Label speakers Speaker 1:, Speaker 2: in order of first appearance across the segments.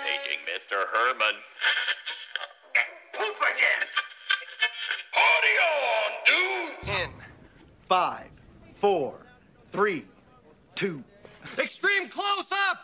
Speaker 1: Mr. Herman.
Speaker 2: Poop again. Party on, dude.
Speaker 3: In five, four, three, two.
Speaker 4: Extreme close up!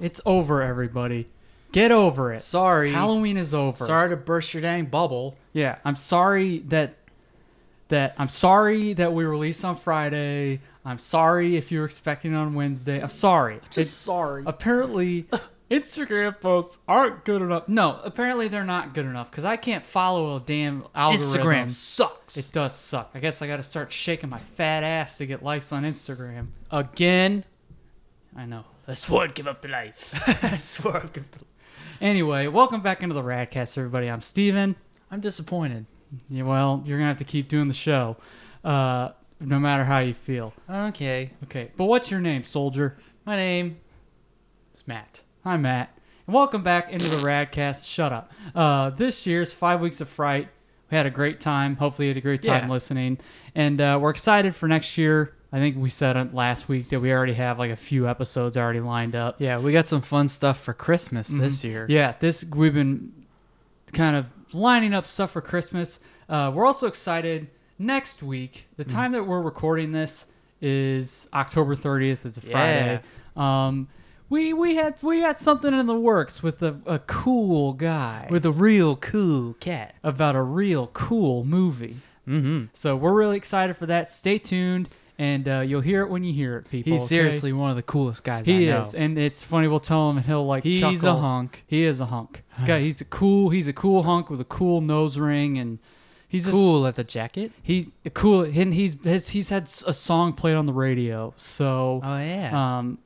Speaker 5: It's over, everybody. Get over it.
Speaker 6: Sorry.
Speaker 5: Halloween is over.
Speaker 6: Sorry to burst your dang bubble.
Speaker 5: Yeah, I'm sorry that that I'm sorry that we released on Friday. I'm sorry if you were expecting it on Wednesday. I'm sorry.
Speaker 6: Just sorry.
Speaker 5: apparently Instagram posts aren't good enough. No, apparently they're not good enough because I can't follow a damn algorithm.
Speaker 6: Instagram sucks.
Speaker 5: It does suck. I guess I got to start shaking my fat ass to get likes on Instagram.
Speaker 6: Again,
Speaker 5: I know.
Speaker 6: I swore I'd give up the life. I swore I'd give up the
Speaker 5: Anyway, welcome back into the Radcast, everybody. I'm Steven.
Speaker 6: I'm disappointed.
Speaker 5: Yeah, well, you're gonna have to keep doing the show, uh, no matter how you feel.
Speaker 6: Okay.
Speaker 5: Okay, but what's your name, soldier?
Speaker 6: My name is Matt.
Speaker 5: Hi, Matt, and welcome back into the Radcast. Shut up. Uh, this year's five weeks of fright. We had a great time. Hopefully, you had a great time
Speaker 6: Yeah.
Speaker 5: listening, and uh, we're excited for next year. I think we said it last week that we already have like a few episodes already lined up. Mm-hmm.
Speaker 6: Yeah, we got some fun stuff for Christmas this year.
Speaker 5: Yeah, this we've been kind of lining up stuff for Christmas. Uh, we're also excited. Next week, the
Speaker 6: Mm-hmm.
Speaker 5: time that we're recording this is October 30th. It's a Friday. Um, we we had we had something in the works with a, a cool guy
Speaker 6: With a real cool cat.
Speaker 5: about a real cool movie. Mm-hmm. So we're really excited for that. Stay tuned, and uh, you'll hear it when you hear it, people.
Speaker 6: He's
Speaker 5: okay?
Speaker 6: seriously one of the coolest guys
Speaker 5: He
Speaker 6: I know.
Speaker 5: is, and it's funny. We'll tell him, and he'll like.
Speaker 6: He's a
Speaker 5: chuckle.
Speaker 6: hunk.
Speaker 5: He is a hunk. This guy, he's a cool. He's a cool hunk with a cool nose ring, and he's just
Speaker 6: cool at the jacket.
Speaker 5: He cool, and he's his, he's had s- a song played on the radio. So
Speaker 6: Oh, yeah.
Speaker 5: um,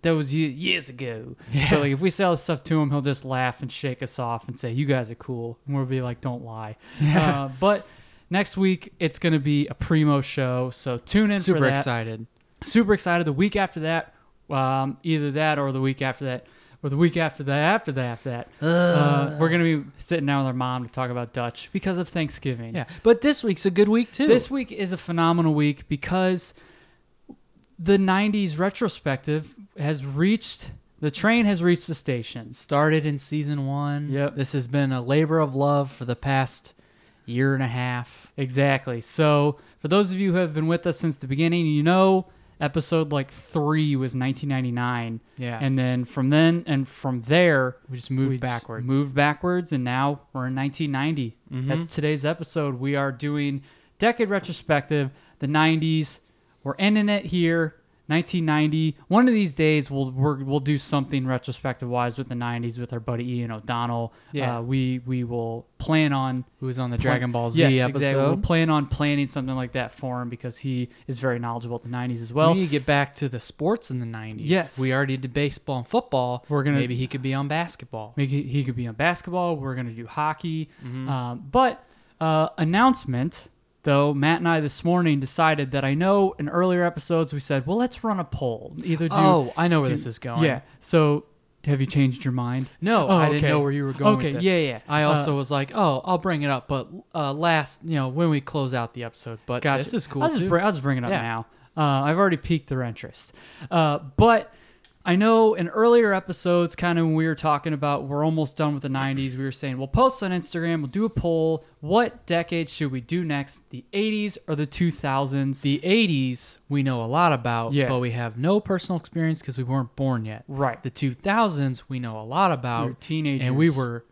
Speaker 5: that was ye- years ago. But like, if we sell this stuff to him, he'll just laugh and shake us off and say, "You guys are cool," and we'll be like, "Don't lie." Uh, but next week it's gonna be a primo show, so tune in. for
Speaker 6: Super
Speaker 5: that
Speaker 6: excited.
Speaker 5: super excited. The week after that, um, either that or the week after that, or the week after that, after that, after that, uh, we're gonna be sitting down with our mom to talk about Dutch because of Thanksgiving.
Speaker 6: Yeah, but this week's a good week too.
Speaker 5: This week is a phenomenal week because the '90s retrospective has reached the train has reached the stations.
Speaker 6: started in season one.
Speaker 5: Yep.
Speaker 6: This has been a labor of love for the past year and a half.
Speaker 5: Exactly. So, for those of you who have been with us since the beginning, you know episode like 3 was 1999.
Speaker 6: Yeah.
Speaker 5: And then from then and from there,
Speaker 6: We just moved backwards.
Speaker 5: Moved backwards and now we're in 1990.
Speaker 6: Mm-hmm.
Speaker 5: That's today's episode. We are doing decade retrospective, the 90s. We're ending it here. 1990. One of these days, we'll we're, we'll do something retrospective wise with the 90s with our buddy Ian O'Donnell.
Speaker 6: Yeah.
Speaker 5: Uh, we we will plan on
Speaker 6: Who was on the Dragon Ball Z
Speaker 5: Yes,
Speaker 6: episode?
Speaker 5: exactly. We'll plan on planning something like that for him because he is very knowledgeable at the 90s as well.
Speaker 6: we need to get back to the sports in the nineties.
Speaker 5: Yes.
Speaker 6: we already did baseball and football.
Speaker 5: We're gonna-
Speaker 6: maybe he could be on basketball. Mm-hmm.
Speaker 5: Maybe he could be on basketball. We're going to do hockey. Um, but uh, announcement, though, Matt and I this morning decided that I know in earlier episodes we said, well, let's run a poll. Either do.
Speaker 6: oh, I know where
Speaker 5: do-
Speaker 6: this is going.
Speaker 5: Yeah. So have you changed your mind?
Speaker 6: No,
Speaker 5: Oh,
Speaker 6: I didn't
Speaker 5: okay.
Speaker 6: know where you were going.
Speaker 5: Okay,
Speaker 6: with this.
Speaker 5: yeah, yeah.
Speaker 6: I
Speaker 5: Uh,
Speaker 6: also was like, oh, I'll bring it up, but uh, last, you know, when we close out the episode. But
Speaker 5: Gotcha.
Speaker 6: this is cool
Speaker 5: I'll just,
Speaker 6: too.
Speaker 5: bring- I'll just bring it up
Speaker 6: Yeah.
Speaker 5: now. Uh, I've already piqued their interest. Uh, but I know in earlier episodes, kind of when we were talking about we're almost done with the 90s, we were saying, well, post on Instagram, we'll do a poll. What decade should we do next? The 80s or the 2000s?
Speaker 6: the 80s we know a lot about
Speaker 5: Yeah.
Speaker 6: but we have no personal experience because we weren't born yet
Speaker 5: Right.
Speaker 6: the 2000s we know a lot about
Speaker 5: We were teenagers.
Speaker 6: and we were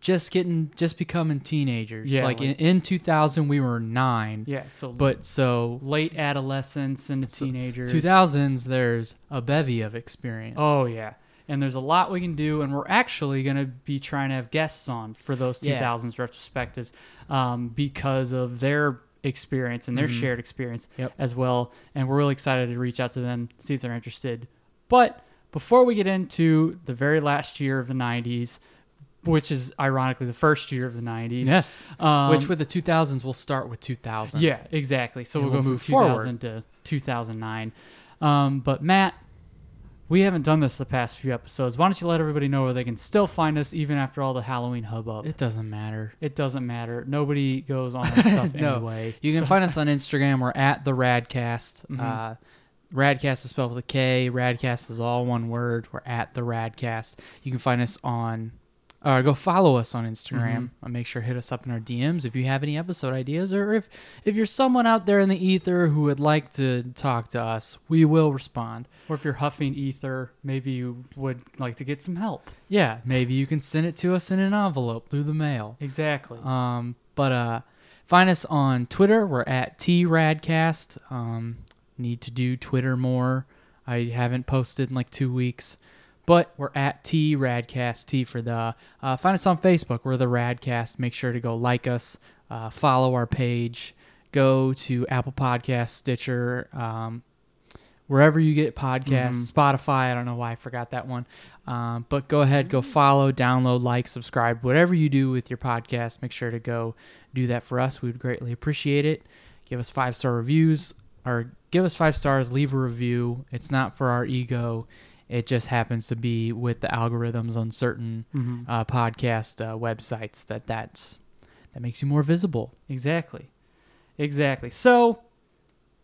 Speaker 6: just getting just becoming teenagers
Speaker 5: Yeah,
Speaker 6: like,
Speaker 5: like-
Speaker 6: in, in 2000 we were nine
Speaker 5: yeah, so
Speaker 6: but so
Speaker 5: late adolescence into teenagers.
Speaker 6: 2000s there's a bevy of experience
Speaker 5: Oh, yeah. And there's a lot we can do, and we're actually going to be trying to have guests on for those
Speaker 6: Yeah.
Speaker 5: 2000s retrospectives um, because of their experience and their shared experience
Speaker 6: Mm-hmm. Yep.
Speaker 5: as well. And we're really excited to reach out to them, see if they're interested. But before we get into the very last year of the 90s, which is ironically the first year of the 90s.
Speaker 6: yes
Speaker 5: Um,
Speaker 6: which with the 2000s we'll start with 2000
Speaker 5: yeah, exactly. So
Speaker 6: And
Speaker 5: we'll, go
Speaker 6: we'll
Speaker 5: from
Speaker 6: move
Speaker 5: 2000 to 2009. Um, but Matt, we haven't done this the past few episodes. Why don't you let everybody know where they can still find us even after all the Halloween hubbub?
Speaker 6: It doesn't matter.
Speaker 5: It doesn't matter. Nobody goes on our stuff
Speaker 6: No,
Speaker 5: anyway.
Speaker 6: you can
Speaker 5: So- Mm-hmm.
Speaker 6: find us on Instagram. We're at the Radcast. Uh, Radcast is spelled with a K. Radcast is all one word. We're at the Radcast. You can find us on. Uh, go follow us on Instagram.
Speaker 5: Mm-hmm.
Speaker 6: Uh, make sure hit us up in our DMs if you have any episode ideas, or if if you're someone out there in the ether who would like to talk to us, we will respond.
Speaker 5: or if you're huffing ether, maybe you would like to get some help.
Speaker 6: Yeah, maybe you can send it to us in an envelope through the mail.
Speaker 5: Exactly.
Speaker 6: Um, but uh, find us on Twitter. We're at tradcast. Um, need to do Twitter more. I haven't posted in like two weeks, but we're at tradcast. T for the. Uh, find us on Facebook. We're the Radcast. Make sure to go like us, uh, follow our page, go to Apple Podcasts, Stitcher. Um, wherever you get podcasts, Spotify. I don't know why I forgot that one. Um, but go ahead, go follow, download, like, subscribe, whatever you do with your podcast. Make sure to go do that for us. We would greatly appreciate it. Give us five star reviews or give us five stars, leave a review. It's not for our ego. It just happens to be with the algorithms on certain uh, podcast uh, websites that that's that makes you more visible.
Speaker 5: Exactly. Exactly. So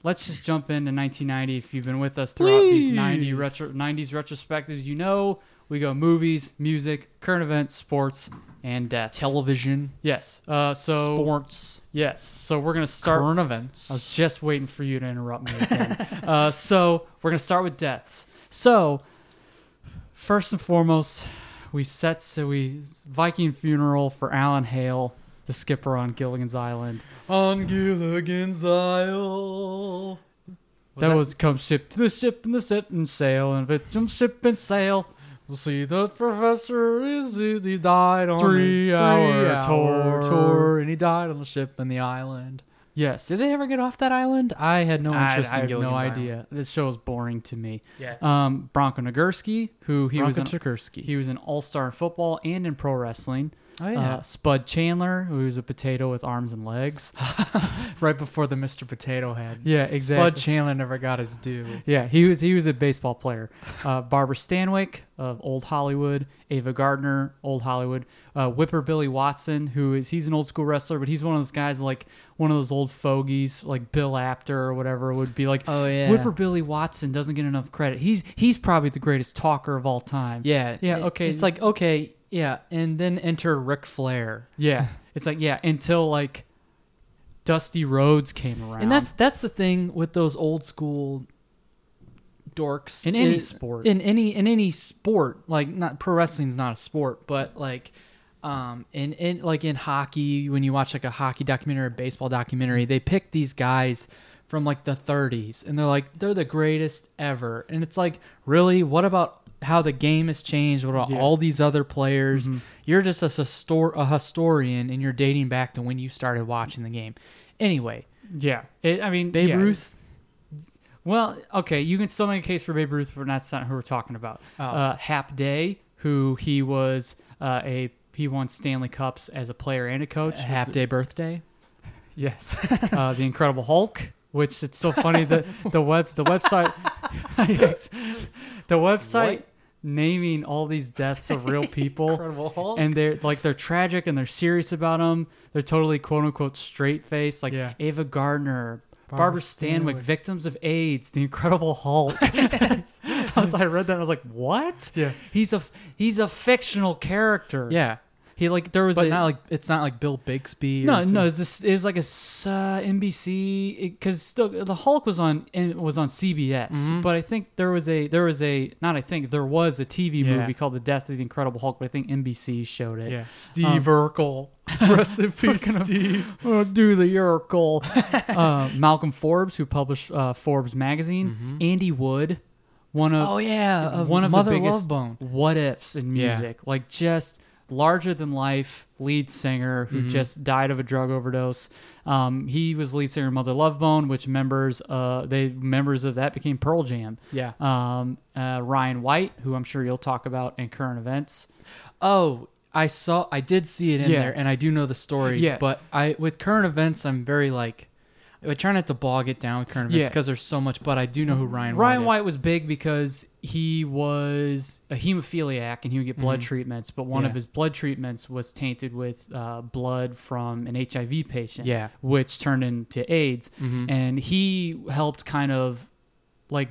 Speaker 5: let's just jump into 1990. If you've been with us throughout these 90 retro, 90s retrospectives, you know we go movies, music, current events, sports, and deaths.
Speaker 6: Television,
Speaker 5: yes. Uh, so
Speaker 6: sports,
Speaker 5: yes. So we're gonna start.
Speaker 6: current
Speaker 5: I was
Speaker 6: events.
Speaker 5: just waiting for you to interrupt me again. uh, so we're gonna start with deaths. So first and foremost, we set so we Viking funeral for Alan Hale, the skipper on Gilligan's Island.
Speaker 6: On Gilligan's Isle.
Speaker 5: that, was come ship to the ship and the set and sail and victim ship and sail.
Speaker 6: See, the professor is he died on
Speaker 5: Three
Speaker 6: the
Speaker 5: hour tour.
Speaker 6: three-hour tour, and he died on the ship and the island.
Speaker 5: Yes.
Speaker 6: Did they ever get off that island? I had no
Speaker 5: I,
Speaker 6: interest
Speaker 5: I
Speaker 6: in
Speaker 5: have
Speaker 6: Gilligan's
Speaker 5: no
Speaker 6: Island.
Speaker 5: idea. This show is boring to me.
Speaker 6: Yeah.
Speaker 5: Um, Bronco Nagurski, who he was
Speaker 6: Bronco
Speaker 5: an,
Speaker 6: Nagurski.
Speaker 5: he was an all star in football and in pro wrestling.
Speaker 6: Oh, yeah.
Speaker 5: Uh, Spud Chandler, who was a potato with arms and legs.
Speaker 6: Right before the Mr. Potato Head.
Speaker 5: yeah,
Speaker 6: Bud
Speaker 5: exactly.
Speaker 6: Chandler never got his due.
Speaker 5: yeah, he was he was a baseball player. Uh, Barbara Stanwyck of Old Hollywood, Ava Gardner, Old Hollywood, uh, Whipper Billy Watson, who is he's an old school wrestler, but he's one of those guys like one of those old fogies like Bill Apter or whatever would be like.
Speaker 6: Oh, yeah.
Speaker 5: Whipper Billy Watson doesn't get enough credit. He's he's probably the greatest talker of all time.
Speaker 6: Yeah.
Speaker 5: yeah,
Speaker 6: it-
Speaker 5: okay.
Speaker 6: It's like, okay, yeah. And then enter Ric Flair.
Speaker 5: yeah, it's like yeah until like Dusty Rhodes came around.
Speaker 6: And that's that's the thing with those old school dorks
Speaker 5: In any
Speaker 6: It-
Speaker 5: sport.
Speaker 6: In any in any sport, like not pro wrestling's not a sport, but like um in in like in hockey when you watch like a hockey documentary or baseball documentary, they pick these guys from like the 30s and they're like they're the greatest ever. And it's like, really, what about how the game has changed? What about all these other players?
Speaker 5: Mm-hmm.
Speaker 6: You're just a, histor- a historian and you're dating back to when you started watching the game. Anyway,
Speaker 5: yeah. It, I mean
Speaker 6: Babe
Speaker 5: yeah.
Speaker 6: Ruth
Speaker 5: Well, okay, you can still make a case for Babe Ruth, but that's not who we're talking about.
Speaker 6: Oh.
Speaker 5: Uh, Hap Day, who he was uh, a he won Stanley Cups as a player and a coach.
Speaker 6: Half day birthday.
Speaker 5: Yes, uh, the Incredible Hulk, which it's so funny that the webs the website yes. the website naming all these deaths of real people.
Speaker 6: Incredible Hulk.
Speaker 5: And they're like they're tragic and they're serious about them. They're totally quote unquote straight faced, like
Speaker 6: Yeah.
Speaker 5: Ava Gardner. Barbara
Speaker 6: Barbara
Speaker 5: Stanwyck,
Speaker 6: Stanwyck.
Speaker 5: victims of AIDS, the Incredible Hulk. As I read that, I was like, "What?
Speaker 6: Yeah.
Speaker 5: he's a he's a fictional character.
Speaker 6: Yeah,
Speaker 5: he like there was
Speaker 6: but
Speaker 5: a,
Speaker 6: not like it's not like Bill Bixby. Or
Speaker 5: no,
Speaker 6: some-
Speaker 5: no, it's this, it was like a s- uh, NBC because still the Hulk was on and was on CBS,
Speaker 6: Mm-hmm.
Speaker 5: but I think there was a there was a not I think there was a TV
Speaker 6: Yeah.
Speaker 5: movie called The Death of the Incredible Hulk, but I think NBC showed it.
Speaker 6: Yeah, Steve Urkel. Rest in peace, Steve.
Speaker 5: Oh, do the Oracle. uh, Malcolm Forbes, who published uh, Forbes magazine, Andy Wood, one of
Speaker 6: Mm-hmm. Oh yeah, uh,
Speaker 5: one of
Speaker 6: Mother
Speaker 5: the biggest
Speaker 6: Love Bone.
Speaker 5: what ifs in
Speaker 6: Yeah.
Speaker 5: music. Like just larger than life lead singer
Speaker 6: Mm-hmm.
Speaker 5: who just died of a drug overdose. Um, he was lead singer of Mother Love Bone, which members uh, they members of that became Pearl Jam.
Speaker 6: Yeah.
Speaker 5: Um, uh, Ryan White, who I'm sure you'll talk about in current events.
Speaker 6: Oh, I saw. I did see it in
Speaker 5: Yeah.
Speaker 6: there, and I do know the story.
Speaker 5: Yeah.
Speaker 6: but I with current events, I'm very like. I try not to bog it down with current events
Speaker 5: Yeah.
Speaker 6: because there's so much. But I do know who Ryan White
Speaker 5: Ryan
Speaker 6: is.
Speaker 5: White was big because he was a hemophiliac and he would get blood treatments, but one
Speaker 6: Mm-hmm. Yeah.
Speaker 5: of his blood treatments was tainted with uh, blood from an HIV patient,
Speaker 6: Yeah. Mm-hmm.
Speaker 5: which turned into AIDS. And he helped kind of like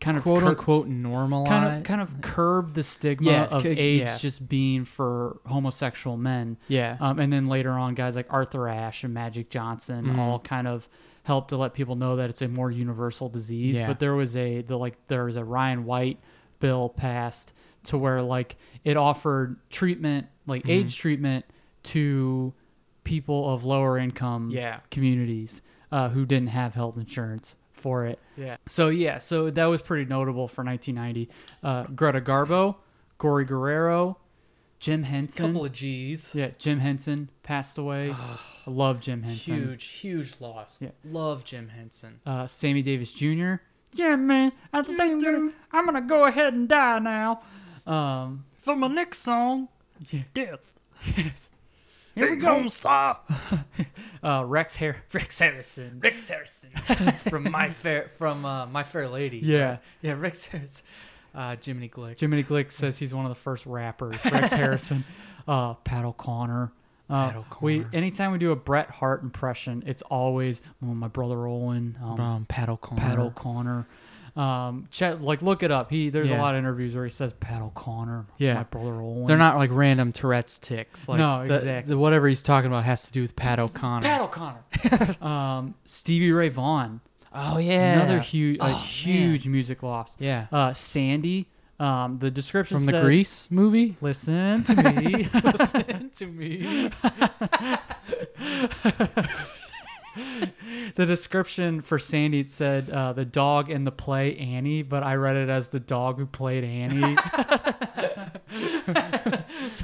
Speaker 5: kind of
Speaker 6: quote
Speaker 5: cur-
Speaker 6: unquote normal.
Speaker 5: kind of kind of curb the stigma
Speaker 6: Yeah,
Speaker 5: of
Speaker 6: c-
Speaker 5: AIDS
Speaker 6: yeah.
Speaker 5: just being for homosexual men.
Speaker 6: Yeah.
Speaker 5: Um, and then later on, guys like Arthur Ashe and Magic Johnson
Speaker 6: Mm-hmm.
Speaker 5: all kind of helped to let people know that it's a more universal disease.
Speaker 6: Yeah.
Speaker 5: But there was a the like there was a Ryan White bill passed to where like it offered treatment like
Speaker 6: Mm-hmm.
Speaker 5: AIDS treatment to people of lower income
Speaker 6: Yeah.
Speaker 5: communities uh, who didn't have health insurance for it.
Speaker 6: Yeah.
Speaker 5: So yeah, so that was pretty notable for 1990. Uh, Greta Garbo, Gory Guerrero, Jim Henson.
Speaker 6: couple of G's.
Speaker 5: yeah, Jim Henson passed away. I love Jim Henson.
Speaker 6: Huge, huge loss. Love Jim Henson.
Speaker 5: Uh, Sammy Davis Jr. Yeah, man, I think I'm gonna, I'm gonna go ahead and die now. Um, for my next song, yeah. death. Yes. Here we go.
Speaker 6: star
Speaker 5: Uh, Rex Har- Rex Harrison.
Speaker 6: Rex Harrison from my fair from uh, my fair lady.
Speaker 5: Yeah.
Speaker 6: yeah, Rex Harrison. Uh, Jiminy Glick.
Speaker 5: Jiminy Glick says he's one of the first rappers. Rex Harrison, uh, Pat O'Connor. Uh,
Speaker 6: Pat
Speaker 5: we
Speaker 6: O'Connor.
Speaker 5: anytime we do a Bret Hart impression, it's always oh, my brother Owen, um,
Speaker 6: um, Pat O'Connor.
Speaker 5: Pat O'Connor. Um, check, like look it up. He there's
Speaker 6: Yeah.
Speaker 5: a lot of interviews where he says Pat O'Connor.
Speaker 6: Yeah.
Speaker 5: my brother Owen.
Speaker 6: They're not like random Tourette's ticks. Like
Speaker 5: No,
Speaker 6: the-
Speaker 5: exactly.
Speaker 6: the- whatever he's talking about has to do with Pat O'Connor.
Speaker 5: Pat O'Connor. um, Stevie Ray Vaughan,
Speaker 6: oh yeah,
Speaker 5: another huge,
Speaker 6: Oh,
Speaker 5: a
Speaker 6: man.
Speaker 5: huge music loss.
Speaker 6: Yeah.
Speaker 5: uh, Sandy. Um, the description
Speaker 6: from the
Speaker 5: said-
Speaker 6: Grease movie.
Speaker 5: Listen to me.
Speaker 6: to me.
Speaker 5: the description for Sandy it said uh, the dog in the play Annie, but I read it as the dog who played Annie. so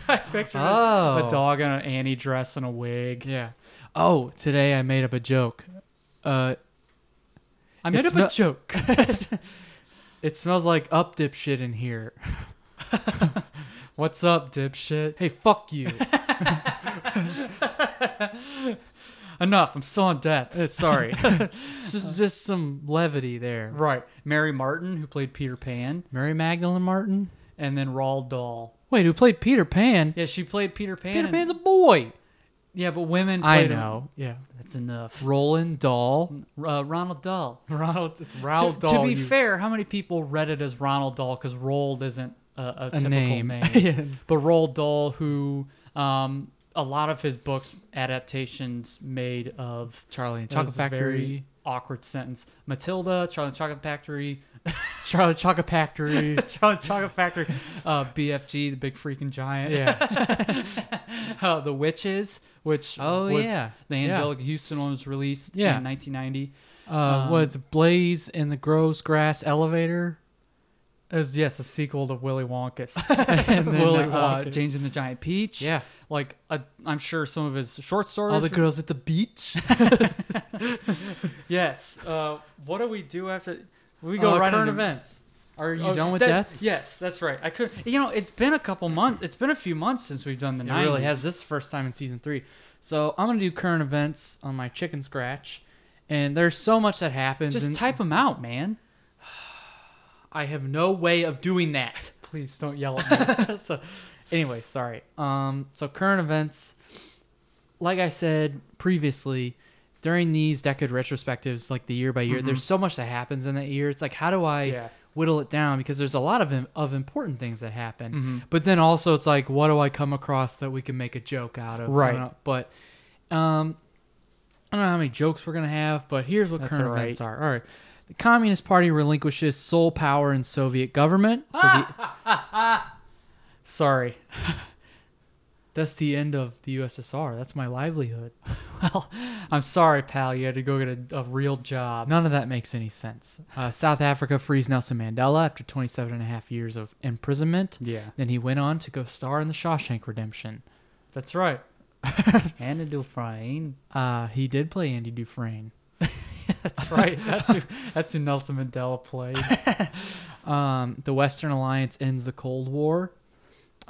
Speaker 5: I pictured
Speaker 6: Oh.
Speaker 5: a dog in an Annie dress and a wig.
Speaker 6: Yeah. Oh, today I made up a joke. Uh,
Speaker 5: I made
Speaker 6: It's
Speaker 5: up a
Speaker 6: not-
Speaker 5: joke.
Speaker 6: it smells like up dipshit in here.
Speaker 5: What's up, dipshit?
Speaker 6: Hey, fuck you.
Speaker 5: Enough. I'm still in debt.
Speaker 6: Sorry. S- just some levity there.
Speaker 5: right. Mary Martin, who played Peter Pan,
Speaker 6: Mary Magdalene Martin.
Speaker 5: and then Roald Dahl.
Speaker 6: Wait, who played Peter Pan?
Speaker 5: Yeah, she played Peter Pan.
Speaker 6: Peter Pan's a boy.
Speaker 5: yeah, but women.
Speaker 6: I
Speaker 5: played him.
Speaker 6: know. Yeah.
Speaker 5: That's enough.
Speaker 6: Roland Dahl.
Speaker 5: Uh, Ronald Dahl.
Speaker 6: Ronald. It's
Speaker 5: to,
Speaker 6: Ronald
Speaker 5: to
Speaker 6: Dahl.
Speaker 5: be
Speaker 6: you-
Speaker 5: fair, how many people read it as Ronald Dahl because Roald isn't a, a, typical
Speaker 6: name.
Speaker 5: name,
Speaker 6: Yeah.
Speaker 5: but Roald Dahl, who um, a lot of his books adaptations made of
Speaker 6: Charlie and
Speaker 5: that was
Speaker 6: Chocolate
Speaker 5: a
Speaker 6: Factory.
Speaker 5: very awkward sentence. Matilda, Charlie and Chocolate Factory,
Speaker 6: Charlie Chocolate Factory.
Speaker 5: Charlie and Chocolate Factory, uh, BFG, the Big Freaking Giant,
Speaker 6: yeah.
Speaker 5: uh, the Witches, which
Speaker 6: Oh,
Speaker 5: was
Speaker 6: yeah.
Speaker 5: the
Speaker 6: Yeah.
Speaker 5: Angelica Houston one was released
Speaker 6: Yeah.
Speaker 5: in 1990.
Speaker 6: Uh, what's Blaze in the Gross Grass Elevator?
Speaker 5: It was yes, a sequel to Willy Wonka's and then,
Speaker 6: Willy
Speaker 5: Willy uh,
Speaker 6: Wonka's.
Speaker 5: James and the Giant Peach.
Speaker 6: Yeah.
Speaker 5: like uh, I'm sure some of his short stories.
Speaker 6: All the girls at the beach.
Speaker 5: yes. Uh, what do we do after? We
Speaker 6: Uh,
Speaker 5: go right
Speaker 6: current
Speaker 5: into-
Speaker 6: events. Are you
Speaker 5: Oh,
Speaker 6: done with
Speaker 5: that-
Speaker 6: deaths?
Speaker 5: Yes, that's right. I could. You know, it's been a couple months. It's been a few months since we've done the.
Speaker 6: It really
Speaker 5: 90s.
Speaker 6: has. This is the first time in season three. So I'm gonna do current events on my chicken scratch, and there's so much that happens.
Speaker 5: Just
Speaker 6: and
Speaker 5: type them out, man.
Speaker 6: I have no way of doing that.
Speaker 5: Please don't yell at me.
Speaker 6: so, anyway, sorry. Um, so current events, like I said previously, during these decade retrospectives, like the year by year, there's so much that happens in that year. It's like, how do I
Speaker 5: Mm-hmm. Yeah.
Speaker 6: whittle it down? Because there's a lot of im- of important things that happen,
Speaker 5: Mm-hmm.
Speaker 6: but then also it's like, what do I come across that we can make a joke out of? I
Speaker 5: Right.
Speaker 6: don't know. But, um, I don't know how many jokes we're gonna have, but here's what
Speaker 5: That's
Speaker 6: current
Speaker 5: all right.
Speaker 6: events are. All right. The Communist Party relinquishes sole power in Soviet government. So the,
Speaker 5: Ah! Sorry.
Speaker 6: That's the end of the USSR. That's my livelihood.
Speaker 5: Well, I'm sorry, pal. You had to go get a, a real job.
Speaker 6: None of that makes any sense. Uh, South Africa frees Nelson Mandela after 27 and a half years of imprisonment.
Speaker 5: Yeah.
Speaker 6: Then he went on to go star in The Shawshank Redemption.
Speaker 5: That's right. Anna Dufresne.
Speaker 6: Uh, he did play Andy Dufresne.
Speaker 5: That's right. That's who, that's who Nelson Mandela played.
Speaker 6: Um, the Western Alliance ends the Cold War.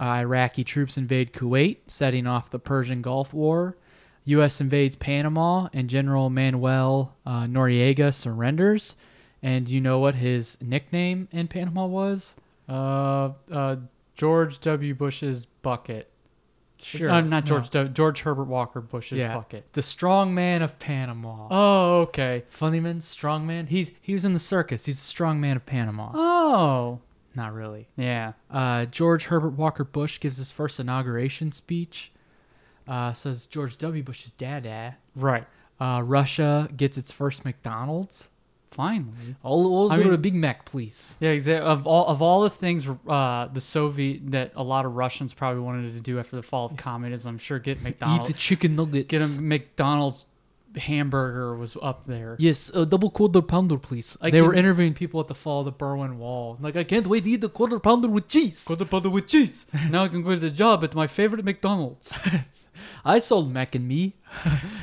Speaker 6: Uh, Iraqi troops invade Kuwait, setting off the Persian Gulf War. U.S. invades Panama, and General Manuel uh, Noriega surrenders. And you know what his nickname in Panama was?
Speaker 5: Uh, uh, George W. Bush's bucket.
Speaker 6: Sure,
Speaker 5: Uh, not George W. George Herbert Walker Bush's
Speaker 6: yeah,
Speaker 5: bucket.
Speaker 6: the strong man of Panama.
Speaker 5: Oh, okay.
Speaker 6: Funnyman, strongman. He's he was in the circus. He's a strong man of Panama.
Speaker 5: Oh,
Speaker 6: Not really.
Speaker 5: yeah.
Speaker 6: Uh, George Herbert Walker Bush gives his first inauguration speech. Uh, says George W. Bush's dada.
Speaker 5: Right.
Speaker 6: Uh, Russia gets its first McDonald's.
Speaker 5: Finally.
Speaker 6: All we'll
Speaker 5: I
Speaker 6: do
Speaker 5: mean-
Speaker 6: a Big Mac, please.
Speaker 5: Yeah, exactly. Of all of all the things, uh, the Soviet that a lot of Russians probably wanted to do after the fall of communism, I'm sure get McDonald's,
Speaker 6: Eat the chicken nuggets.
Speaker 5: get a McDonald's hamburger was up there.
Speaker 6: Yes, a double quarter pounder, please.
Speaker 5: I
Speaker 6: they were
Speaker 5: can-
Speaker 6: interviewing people at the fall of the Berlin Wall. Like, I can't wait to eat the quarter pounder with cheese.
Speaker 5: Got the butter with cheese. now I can go to the job at my favorite McDonald's.
Speaker 6: I sold Mac and me.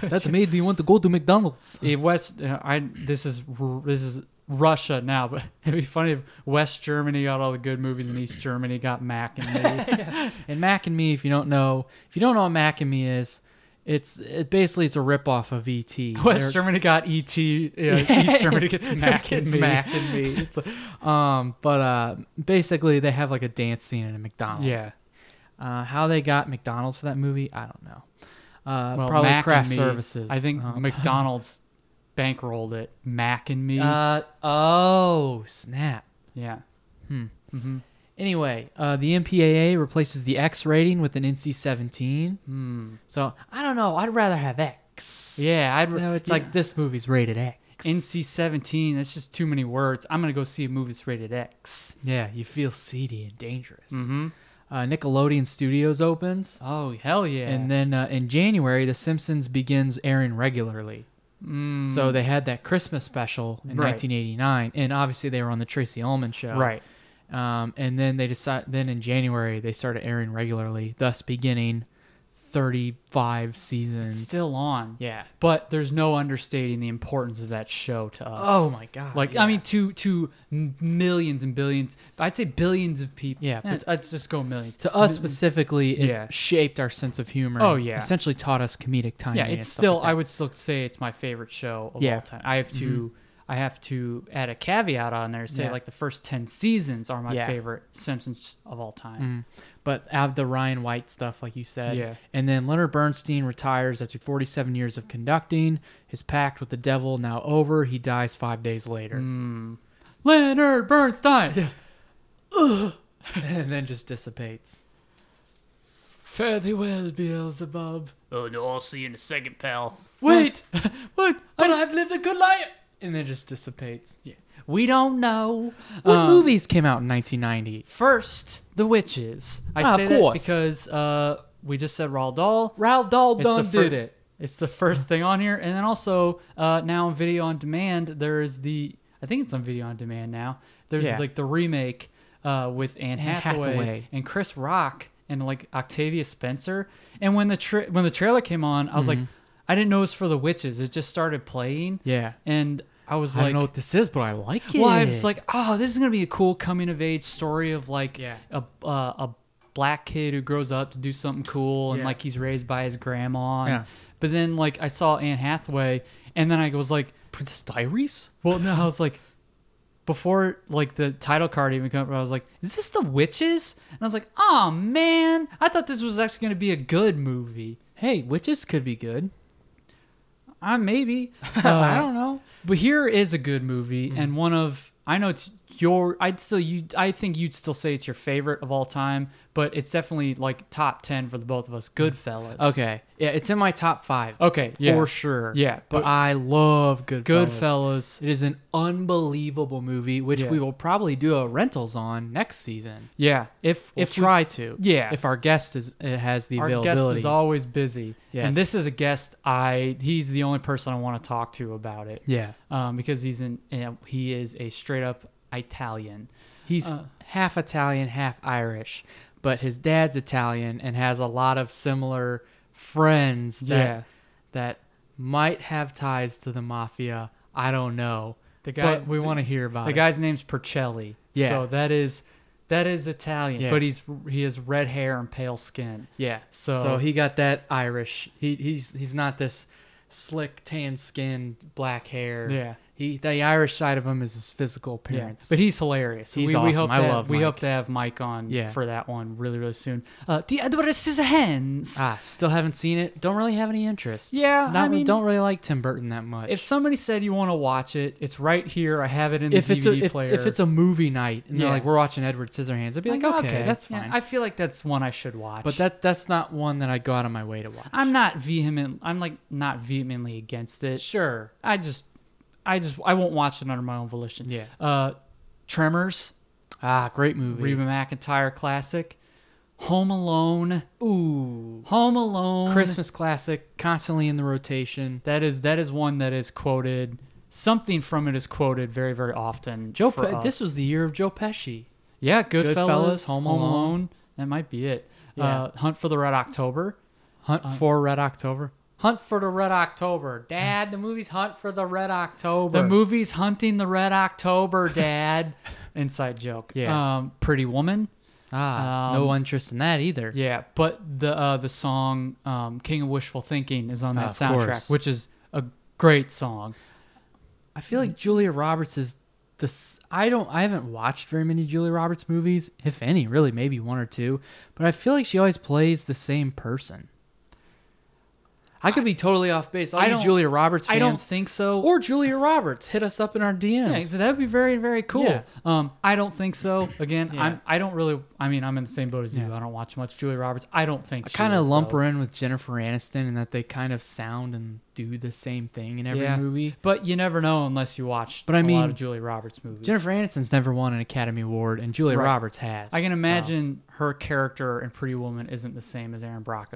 Speaker 6: that made me want to go to McDonald's.
Speaker 5: if West, uh, I this is r- this is Russia now, but it'd be funny if West Germany got all the good movies and East Germany got Mac and me.
Speaker 6: And Mac and Me, if you don't know, if you don't know what Mac and Me is, it's it basically it's a ripoff of ET.
Speaker 5: West
Speaker 6: They're-
Speaker 5: Germany got ET. Yeah, East Germany gets Mac
Speaker 6: It's
Speaker 5: and me.
Speaker 6: Mac and Me. It's, um, but uh, basically they have like a dance scene in a McDonald's.
Speaker 5: Yeah.
Speaker 6: Uh, how they got McDonald's for that movie, I don't know. Uh,
Speaker 5: Well,
Speaker 6: probably
Speaker 5: Mac and
Speaker 6: craft
Speaker 5: me,
Speaker 6: services.
Speaker 5: I think
Speaker 6: Um,
Speaker 5: McDonald's bankrolled it. Mac and me.
Speaker 6: Uh, oh snap.
Speaker 5: yeah.
Speaker 6: Anyway, uh, the MPAA replaces the X rating with an NC-17. So I don't know. I'd rather have X.
Speaker 5: Hmm. Yeah, I'd-
Speaker 6: No, it's
Speaker 5: yeah.
Speaker 6: like this movie's rated X.
Speaker 5: NC seventeen. That's just too many words. I'm gonna go see a movie that's rated X.
Speaker 6: yeah, you feel seedy and dangerous. Mm-hmm. Uh, Nickelodeon Studios opens,
Speaker 5: Oh hell yeah!
Speaker 6: and then uh, in January, The Simpsons begins airing regularly. So they had that Christmas special in
Speaker 5: Mm. Right.
Speaker 6: 1989, and obviously they were on the Tracy Ullman show.
Speaker 5: right.
Speaker 6: Um, and then they decide. Then in January they started airing regularly, thus beginning thirty-five seasons.
Speaker 5: Still on.
Speaker 6: yeah.
Speaker 5: But there's no understating the importance of that show to us.
Speaker 6: Oh my god.
Speaker 5: Like
Speaker 6: yeah.
Speaker 5: I mean, to to m- millions and billions. I'd say billions of people.
Speaker 6: Yeah, but-
Speaker 5: let's, let's just go millions.
Speaker 6: to us specifically, it
Speaker 5: Yeah.
Speaker 6: shaped our sense of humor.
Speaker 5: Oh, yeah.
Speaker 6: Essentially taught us comedic timing.
Speaker 5: yeah,
Speaker 6: and
Speaker 5: it's
Speaker 6: stuff
Speaker 5: still.
Speaker 6: like
Speaker 5: I
Speaker 6: that.
Speaker 5: would still say it's my favorite show of
Speaker 6: Yeah. Mm-hmm.
Speaker 5: all time. I have to. I have to add a caveat on there. Say
Speaker 6: Yeah.
Speaker 5: like the first ten seasons are my
Speaker 6: Yeah. Mm-hmm.
Speaker 5: favorite Simpsons of all time.
Speaker 6: But out of the Ryan White stuff, like you said.
Speaker 5: Yeah.
Speaker 6: And then Leonard Bernstein retires after 47 years of conducting. His pact with the devil now over. He dies five days later.
Speaker 5: Leonard Bernstein.
Speaker 6: and then just dissipates.
Speaker 5: Fare thee well, Beelzebub. Oh no, I'll see you in a second, pal.
Speaker 6: Wait!
Speaker 5: What?
Speaker 6: but I've lived a good life! Oh. And then just dissipates.
Speaker 5: We don't know.
Speaker 6: What
Speaker 5: Um,
Speaker 6: movies came out in 1990?
Speaker 5: First, the witches. I
Speaker 6: Ah,
Speaker 5: say
Speaker 6: of
Speaker 5: that
Speaker 6: course.
Speaker 5: because uh, we just said Roald Dahl.
Speaker 6: Raoul Dahl
Speaker 5: It's the
Speaker 6: done
Speaker 5: fir-
Speaker 6: did it.
Speaker 5: It's the first thing on here, and then also uh, now on video on demand. There is the I think it's on video on demand now. There's
Speaker 6: Yeah.
Speaker 5: like the remake uh, with Anne Hathaway,
Speaker 6: Hathaway.
Speaker 5: and Chris Rock and like Octavia Spencer. And when the tra- when the trailer came on, I was
Speaker 6: Mm-hmm.
Speaker 5: like, I didn't know it was for the witches. It just started playing.
Speaker 6: Yeah.
Speaker 5: and I was
Speaker 6: I
Speaker 5: like,
Speaker 6: don't know what this is, but I like it.
Speaker 5: well, I was like, oh, this is gonna be a cool coming of age story of like
Speaker 6: Yeah.
Speaker 5: a uh, a black kid who grows up to do something cool and
Speaker 6: Yeah.
Speaker 5: like he's raised by his grandma. and-
Speaker 6: Yeah.
Speaker 5: But then like I saw Anne Hathaway, and then I was like,
Speaker 6: Princess Diaries?
Speaker 5: well, no, I was like, before like the title card even come, up, I was like, is this the witches? And I was like, oh man, I thought this was actually gonna be a good movie.
Speaker 6: Hey, witches could be good.
Speaker 5: I maybe.
Speaker 6: Uh,
Speaker 5: Uh,
Speaker 6: I don't know. Mm-hmm.
Speaker 5: But here is a good movie and one of I know it's your I'd still you I think you'd still say it's your favorite of all time, but it's definitely like top ten for the both of us. Goodfellas.
Speaker 6: Mm-hmm. Okay. Yeah, it's in my top five.
Speaker 5: Okay. Yeah.
Speaker 6: For sure.
Speaker 5: Yeah,
Speaker 6: But,
Speaker 5: but-
Speaker 6: I love Goodfellas.
Speaker 5: Goodfellas.
Speaker 6: It is an unbelievable movie, which
Speaker 5: Yeah.
Speaker 6: we will probably do a rentals on next season.
Speaker 5: Yeah. If
Speaker 6: We'll
Speaker 5: if we-
Speaker 6: try to.
Speaker 5: yeah.
Speaker 6: If our guest is uh, has the
Speaker 5: our
Speaker 6: availability.
Speaker 5: guest is always busy.
Speaker 6: Yes.
Speaker 5: And this is a guest I he's the only person I want to talk to about it.
Speaker 6: yeah.
Speaker 5: Um, because he's an you know, he is a straight up Italian.
Speaker 6: He's half Italian, half Irish, but his dad's Italian and has a lot of similar friends that
Speaker 5: Yeah.
Speaker 6: that might have ties to the mafia. I don't know.
Speaker 5: The guys-
Speaker 6: but we
Speaker 5: the-
Speaker 6: want to hear about
Speaker 5: The
Speaker 6: it.
Speaker 5: guy's name's Percelli.
Speaker 6: Yeah.
Speaker 5: So that is That is Italian,
Speaker 6: Yeah.
Speaker 5: but he's he has red hair and pale skin.
Speaker 6: Yeah.
Speaker 5: So-
Speaker 6: So so he got that Irish. He he's he's not this slick tan skin, black hair.
Speaker 5: Yeah.
Speaker 6: He the Irish side of him is his physical
Speaker 5: Yeah,
Speaker 6: appearance.
Speaker 5: but he's hilarious. So we,
Speaker 6: He's
Speaker 5: we hope
Speaker 6: awesome. I
Speaker 5: to have-
Speaker 6: love
Speaker 5: we
Speaker 6: Mike.
Speaker 5: hope to have Mike on
Speaker 6: Yeah.
Speaker 5: for that one really really soon. Uh, the Edward's hands.
Speaker 6: ah, still haven't seen it. Don't really have any interest.
Speaker 5: Yeah,
Speaker 6: Not,
Speaker 5: I mean-
Speaker 6: don't really like Tim Burton that much.
Speaker 5: If somebody said you want to watch it, it's right here. I have it in the
Speaker 6: if
Speaker 5: DVD
Speaker 6: it's a if,
Speaker 5: player.
Speaker 6: if it's a movie night and they're
Speaker 5: Yeah.
Speaker 6: like we're watching Edward Scissorhands, I'd be like, okay, that's
Speaker 5: yeah,
Speaker 6: fine.
Speaker 5: I feel like that's one I should watch.
Speaker 6: but that that's not one that I go out of my way to watch.
Speaker 5: I'm not vehement. I'm like not vehemently against it.
Speaker 6: sure.
Speaker 5: I just, I just, I won't watch it under my own volition.
Speaker 6: Yeah.
Speaker 5: Uh, Tremors,
Speaker 6: Ah, great movie.
Speaker 5: Reba McIntyre classic, Home Alone,
Speaker 6: Ooh,
Speaker 5: Home Alone,
Speaker 6: Christmas classic, constantly in the rotation.
Speaker 5: That is that is one that is quoted. Something from it is quoted very very often.
Speaker 6: Joe,
Speaker 5: for
Speaker 6: Pe- this
Speaker 5: us.
Speaker 6: was the year of Joe Pesci.
Speaker 5: yeah, Goodfellas,
Speaker 6: Goodfellas,
Speaker 5: Home,
Speaker 6: Home
Speaker 5: Alone.
Speaker 6: Alone.
Speaker 5: That might be it.
Speaker 6: Yeah.
Speaker 5: Uh, Hunt for the Red October.
Speaker 6: Hunt for Red October. Hunt for the Red October, Dad. The movie's Hunt for the Red October.
Speaker 5: The movie's Hunting the Red October, Dad. Inside joke.
Speaker 6: Yeah.
Speaker 5: Um, Pretty Woman.
Speaker 6: Ah,
Speaker 5: Um,
Speaker 6: no interest in that either.
Speaker 5: Yeah, but the uh, the song um, "King of Wishful Thinking" is on that
Speaker 6: Ah, Of
Speaker 5: soundtrack,
Speaker 6: course.
Speaker 5: which is a great song.
Speaker 6: I feel like Julia Roberts is this. I don't. I haven't watched very many Julia Roberts movies, if any, really, maybe one or two. But I feel like she always plays the same person. I could be totally off base. All
Speaker 5: I
Speaker 6: I you
Speaker 5: don't-
Speaker 6: Julia Roberts fans,
Speaker 5: I don't think so.
Speaker 6: or Julia Roberts, hit us up in our DMs.
Speaker 5: Yeah, so that would be very, very cool.
Speaker 6: Yeah.
Speaker 5: Um, I don't think so. Again,
Speaker 6: Yeah.
Speaker 5: I'm- I don't really. I mean, I'm in the same boat as you. I don't watch much Julie Roberts. I don't think.
Speaker 6: I
Speaker 5: she
Speaker 6: kind of
Speaker 5: is,
Speaker 6: lump
Speaker 5: though.
Speaker 6: her in with Jennifer Aniston, and that they kind of sound and do the same thing in every
Speaker 5: yeah.
Speaker 6: movie.
Speaker 5: but you never know unless you watch.
Speaker 6: But I
Speaker 5: a
Speaker 6: mean,
Speaker 5: lot of Julie Roberts movies.
Speaker 6: Jennifer Aniston's never won an Academy Award, and Julia
Speaker 5: Right.
Speaker 6: Roberts has.
Speaker 5: I can
Speaker 6: so-
Speaker 5: imagine her character in Pretty Woman isn't the same as Aaron Brock.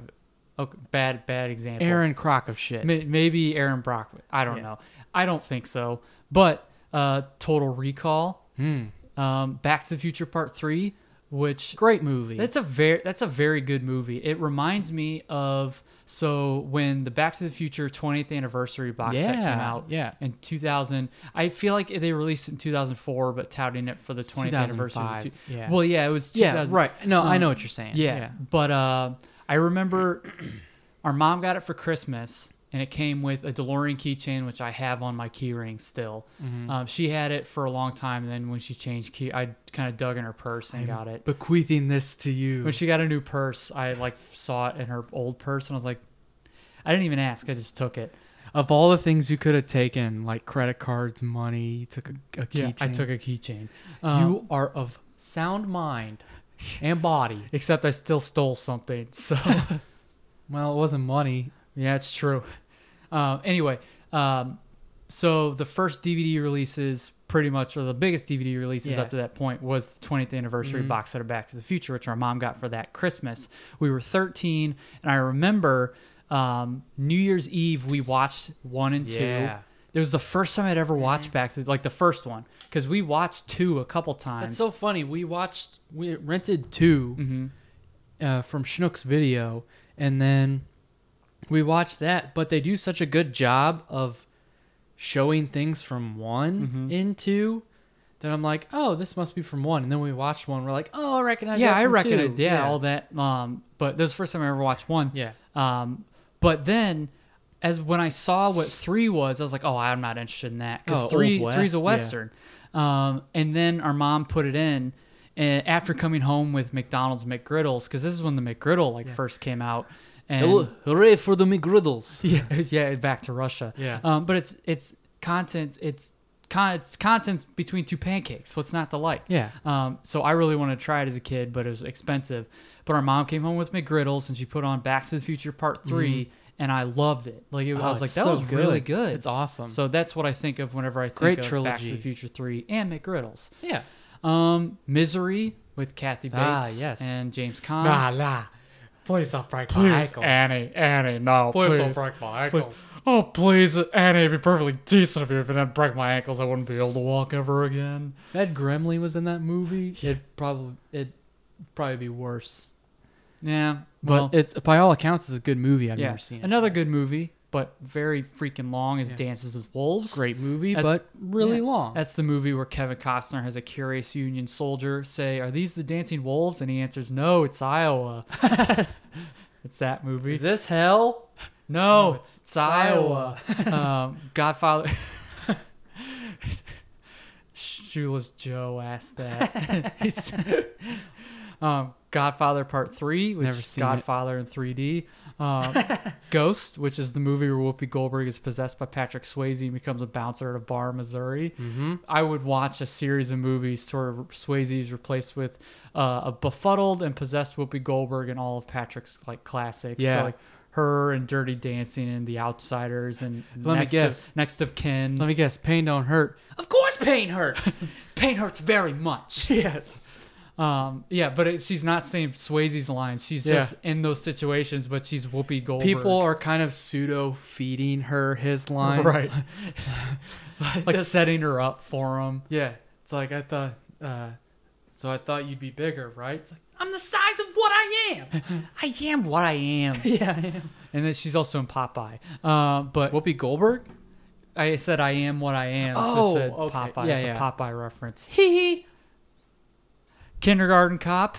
Speaker 5: Okay, bad, bad example.
Speaker 6: Aaron Croc of shit.
Speaker 5: May- maybe Aaron Brock. I don't know. I don't think so. But uh, Total Recall,
Speaker 6: Hmm.
Speaker 5: um, Back to the Future Part Three, which
Speaker 6: Great movie.
Speaker 5: That's a very that's a very good movie. It reminds me of so when the Back to the Future 20th anniversary box set came
Speaker 6: Yeah,
Speaker 5: out
Speaker 6: yeah.
Speaker 5: in 2000. I feel like they released it in 2004 but touting it for the 20th anniversary. of
Speaker 6: 2005,
Speaker 5: two- Mm.
Speaker 6: yeah.
Speaker 5: Well, yeah, it was
Speaker 6: Yeah,
Speaker 5: 2000
Speaker 6: right. No, I know what you're saying.
Speaker 5: yeah. But uh, I remember our mom got it for Christmas, and it came with a DeLorean keychain, which I have on my keyring still.
Speaker 6: Mm-hmm.
Speaker 5: Um, she had it for a long time, and then when she changed key, I kind of dug in her purse and got it.
Speaker 6: Bequeathing this to you.
Speaker 5: When she got a new purse, I like saw it in her old purse, and I was like, I didn't even ask. I just took it.
Speaker 6: of all the things you could have taken, like credit cards, money, you took Um, a, a keychain.
Speaker 5: Yeah, I took a keychain. Um,
Speaker 6: you are of sound mind and body.
Speaker 5: Except I still stole something. So.
Speaker 6: Well, it wasn't money.
Speaker 5: Yeah, it's true. Uh, anyway, um, so the first DVD releases, pretty much, or the biggest DVD releases
Speaker 6: Yeah. Mm-hmm.
Speaker 5: up to that point, was the 20th anniversary box set of Back to the Future, which our mom got for that Christmas. We were 13, and I remember um, New Year's Eve we watched one and
Speaker 6: Yeah. Mm-hmm.
Speaker 5: two. It was the first time I'd ever watched Back to like the first one because we watched two a couple times.
Speaker 6: That's so funny. We watched, we rented 2 uh, from Schnook's video, and then we watched that. But they do such a good job of showing things from one in two that I'm like, oh, this must be from one. And then we watched one. We're like, oh, I recognize.
Speaker 5: yeah,
Speaker 6: that
Speaker 5: I
Speaker 6: from
Speaker 5: reckon
Speaker 6: two.
Speaker 5: it. Yeah, all that. Um, but that was the first time I ever watched one.
Speaker 6: Yeah.
Speaker 5: Um, but then, as when I saw what three was, I was like, oh, I'm not interested in that
Speaker 6: Oh,
Speaker 5: because
Speaker 6: Old
Speaker 5: three
Speaker 6: West,
Speaker 5: three's a
Speaker 6: yeah.
Speaker 5: western. Um, and then our mom put it in, and after coming home with McDonald's McGriddles, because this is when the McGriddle like first came out. And
Speaker 6: Hello- Hooray for the McGriddles.
Speaker 5: yeah, yeah, back to Russia.
Speaker 6: Yeah.
Speaker 5: Um, but it's it's content. It's con. It's content between two pancakes. What's not to like?
Speaker 6: Yeah.
Speaker 5: Um, so I really wanted to try it as a kid, but it was expensive. But our mom came home with McGriddles, and she put on Back to the Future Part 3 and I loved it. Like it, I
Speaker 6: Mm-hmm. Oh,
Speaker 5: was like,
Speaker 6: it's
Speaker 5: that
Speaker 6: so
Speaker 5: was really
Speaker 6: good.
Speaker 5: good.
Speaker 6: It's awesome.
Speaker 5: So that's what I think of whenever I think
Speaker 6: Great
Speaker 5: of Back to the
Speaker 6: trilogy.
Speaker 5: Future Three and McGriddles.
Speaker 6: Yeah.
Speaker 5: Um, Misery with Kathy Bates
Speaker 6: Ah, yes.
Speaker 5: and James Caan.
Speaker 6: la. Please don't break
Speaker 5: Annie, Annie, no, please.
Speaker 6: my
Speaker 5: Please. Oh, please, Annie, it'd be perfectly decent if you didn't break my ankles. I wouldn't be able to walk ever again.
Speaker 6: Fed Gremley was in that movie. It probably it probably be worse.
Speaker 5: Yeah,
Speaker 6: But
Speaker 5: well,
Speaker 6: it's by all accounts it's a good movie I've
Speaker 5: yeah.
Speaker 6: never seen. it.
Speaker 5: Another good movie, but very freaking long, is Dances with Wolves.
Speaker 6: Great movie,
Speaker 5: That's-
Speaker 6: but really
Speaker 5: yeah.
Speaker 6: long.
Speaker 5: That's the movie where Kevin Costner has a curious Union soldier say, "Are these the Dancing Wolves?" and he answers, "No, it's Iowa." it's that movie.
Speaker 6: Is this hell?
Speaker 5: No, it's, it's
Speaker 6: Iowa.
Speaker 5: Iowa. um, Godfather. Shoeless Joe asked that. He's- um, Godfather Part Three, which
Speaker 6: Never
Speaker 5: is
Speaker 6: seen it.
Speaker 5: Godfather in 3D. Um, Ghost, which is the movie where Whoopi Goldberg is possessed by Patrick Swayze and becomes a bouncer at a bar in Missouri. Mm-hmm. I would watch a series of movies sort of Swayze's replaced with uh, a befuddled and possessed Whoopi Goldberg and all of Patrick's like classics.
Speaker 6: Yeah.
Speaker 5: So, like, her and Dirty Dancing and The Outsiders and
Speaker 6: Let me
Speaker 5: next
Speaker 6: guess.
Speaker 5: of, next of kin.
Speaker 6: Let me guess. Pain don't hurt. Of course, pain hurts.
Speaker 5: pain hurts very much.
Speaker 6: yes.
Speaker 5: Um, yeah, but it, she's not saying Swayze's lines. She's
Speaker 6: Yeah.
Speaker 5: just in those situations, but she's Whoopi Goldberg.
Speaker 6: People are kind of pseudo feeding her his lines.
Speaker 5: right,
Speaker 6: It's
Speaker 5: like
Speaker 6: just-
Speaker 5: setting her up for him.
Speaker 6: yeah. It's like I thought. Uh, so I thought you'd be bigger, right? It's like I'm the size of what I am.
Speaker 5: I am what I am.
Speaker 6: yeah.
Speaker 5: And then she's also in Popeye. Uh, but
Speaker 6: Whoopi Goldberg.
Speaker 5: I said I am what I am.
Speaker 6: Oh,
Speaker 5: so I said
Speaker 6: okay.
Speaker 5: Popeye.
Speaker 6: Yeah,
Speaker 5: it's
Speaker 6: yeah.
Speaker 5: a Popeye reference.
Speaker 6: Hee hee.
Speaker 5: Kindergarten Cop.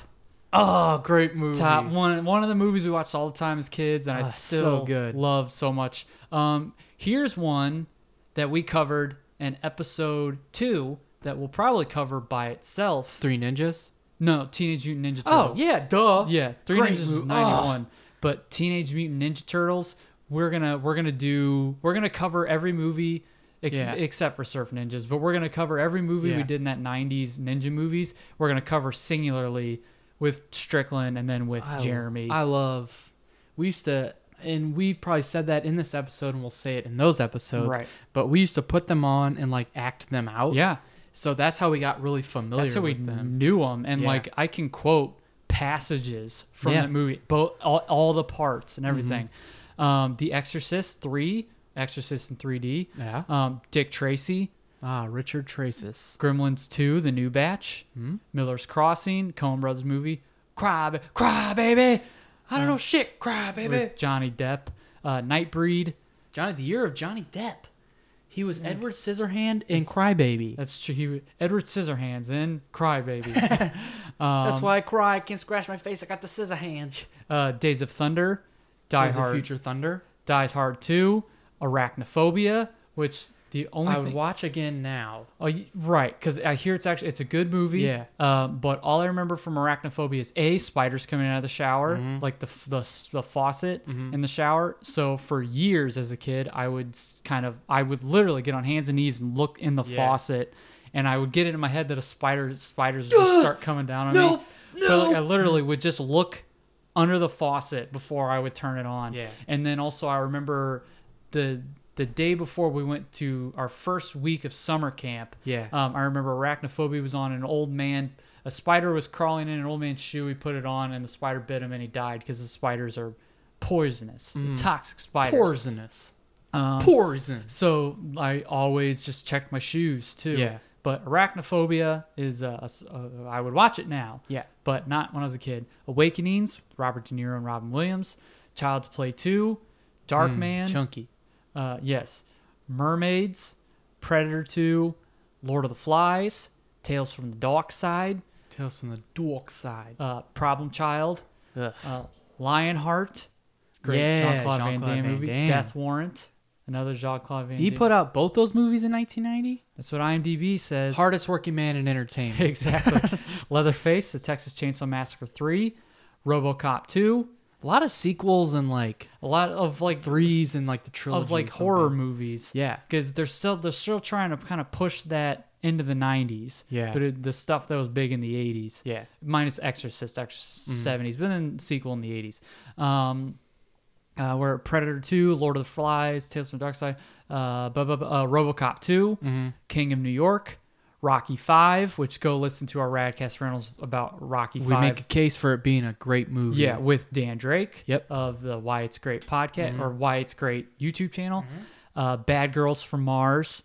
Speaker 6: Oh, great movie.
Speaker 5: top one one of the movies we watched all the time as kids and I
Speaker 6: Ah, so
Speaker 5: still
Speaker 6: good.
Speaker 5: love so much. Um here's one that we covered in episode 2 that we'll probably cover by itself.
Speaker 6: Three Ninjas.
Speaker 5: No, Teenage Mutant Ninja
Speaker 6: Oh
Speaker 5: Turtles.
Speaker 6: yeah, duh.
Speaker 5: Yeah, 3
Speaker 6: Great Ah.
Speaker 5: Ninjas was
Speaker 6: movie.
Speaker 5: 91, but Teenage Mutant Ninja Turtles we're going to we're going to do we're going to cover every movie ex-
Speaker 6: Yeah.
Speaker 5: except for Surf Ninjas, but we're going to cover every movie
Speaker 6: Yeah.
Speaker 5: we did in that 90s ninja movies. We're going to cover singularly with Strickland and then with
Speaker 6: Ah, I-
Speaker 5: Jeremy.
Speaker 6: I love. We used to, and we probably said that in this episode, and we'll say it in those episodes.
Speaker 5: Right.
Speaker 6: But we used to put them on and like act them out.
Speaker 5: yeah.
Speaker 6: So that's how we got really familiar
Speaker 5: That's how we
Speaker 6: with them.
Speaker 5: knew them, and
Speaker 6: Yeah.
Speaker 5: like I can quote passages from
Speaker 6: Yeah. Mm-hmm.
Speaker 5: that movie, both all, all the parts and everything. Um, the Exorcist three, Exorcist in three D.
Speaker 6: Yeah.
Speaker 5: Um, Dick Tracy,
Speaker 6: Ah, Richard Traces.
Speaker 5: Gremlins two, the new batch, Miller's Crossing, Coen Brothers movie, Cry, Ba- Cry Baby,
Speaker 6: I don't know shit. Cry, baby.
Speaker 5: Uh, with Johnny Depp, uh, Nightbreed.
Speaker 6: Johnny, the year of Johnny Depp. He
Speaker 5: Mm.
Speaker 6: was Edward Scissorhand in Cry Baby.
Speaker 5: That's true. He, Edward Scissorhands in Cry Baby,
Speaker 6: That's
Speaker 5: um,
Speaker 6: why I cry. I can't scratch my face. I got the scissor hands.
Speaker 5: uh, Days of Thunder, Die
Speaker 6: Days of
Speaker 5: Hard.
Speaker 6: Future Thunder.
Speaker 5: Dies Hard 2, Arachnophobia, which the only
Speaker 6: I would
Speaker 5: thing-
Speaker 6: watch again now.
Speaker 5: Oh, y- right, because I hear it's actually it's a good movie.
Speaker 6: Yeah.
Speaker 5: Um, but all I remember from Arachnophobia is a spiders coming out of the shower,
Speaker 6: Mm-hmm.
Speaker 5: like the f- the s- the faucet in the shower. So for years as a kid, I would s- kind of I would literally get on hands and knees and look in the
Speaker 6: Yeah.
Speaker 5: faucet, and I would get it in my head that a spider spiders would just start coming down on
Speaker 6: No,
Speaker 5: me. But uh, like,
Speaker 6: no.
Speaker 5: I literally would just look under the faucet before I would turn it on.
Speaker 6: Yeah.
Speaker 5: And then also I remember the the day before we went to our first week of summer camp.
Speaker 6: Yeah.
Speaker 5: Um, I remember arachnophobia was on an old man. A spider was crawling in an old man's shoe. He put it on, and the spider bit him, and he died because the spiders are poisonous, They're
Speaker 6: Mm.
Speaker 5: toxic spiders.
Speaker 6: Poisonous. Poisonous.
Speaker 5: So I always just check my shoes too.
Speaker 6: Yeah.
Speaker 5: But arachnophobia is uh, s- uh, I would watch it now.
Speaker 6: Yeah.
Speaker 5: But not when I was a kid. Awakenings, Robert De Niro and Robin Williams. Child's Play Two,
Speaker 6: Hmm,
Speaker 5: Dark Man.
Speaker 6: Chunky.
Speaker 5: Uh, yes. Mermaids, Predator 2, Lord of the Flies, Tales from the Dark Side,
Speaker 6: Tales from the Dark Side.
Speaker 5: uh, Problem Child,
Speaker 6: Ugh.
Speaker 5: uh, Lionheart, great
Speaker 6: Yeah,
Speaker 5: Jean Claude Van
Speaker 6: Jean-Claude
Speaker 5: Damme
Speaker 6: Van
Speaker 5: movie,
Speaker 6: Damme.
Speaker 5: Death Warrant, another Jean Claude Van
Speaker 6: he
Speaker 5: Damme.
Speaker 6: put out both those movies in 1990.
Speaker 5: That's what IMDb says.
Speaker 6: Hardest working man in entertainment.
Speaker 5: exactly. Leatherface, The Texas Chainsaw Massacre 3, RoboCop 2,
Speaker 6: A lot of sequels and like
Speaker 5: a lot of like
Speaker 6: threes and like the trilogy
Speaker 5: of like
Speaker 6: or something.
Speaker 5: horror movies.
Speaker 6: Yeah.
Speaker 5: because they're still they're still trying to kind of push that into the '90s.
Speaker 6: Yeah.
Speaker 5: but it, the stuff that was big in the '80s.
Speaker 6: Yeah. Mm-hmm.
Speaker 5: minus Exorcist, Exorcist '70s, but then sequel in the '80s. Um, uh, we're at Predator 2, Lord of the Flies, Tales from the Dark Side, uh, bu- bu- bu- uh, RoboCop 2,
Speaker 6: Mm-hmm.
Speaker 5: King of New York, Rocky 5, which go listen to our Radcast Reynolds about Rocky
Speaker 6: We
Speaker 5: 5.
Speaker 6: make a case for it being a great movie.
Speaker 5: Yeah, with Dan Drake.
Speaker 6: Yep. Mm-hmm.
Speaker 5: Of the Why It's Great podcast or Why It's Great YouTube
Speaker 6: Mm.
Speaker 5: channel. Uh, Bad Girls from Mars.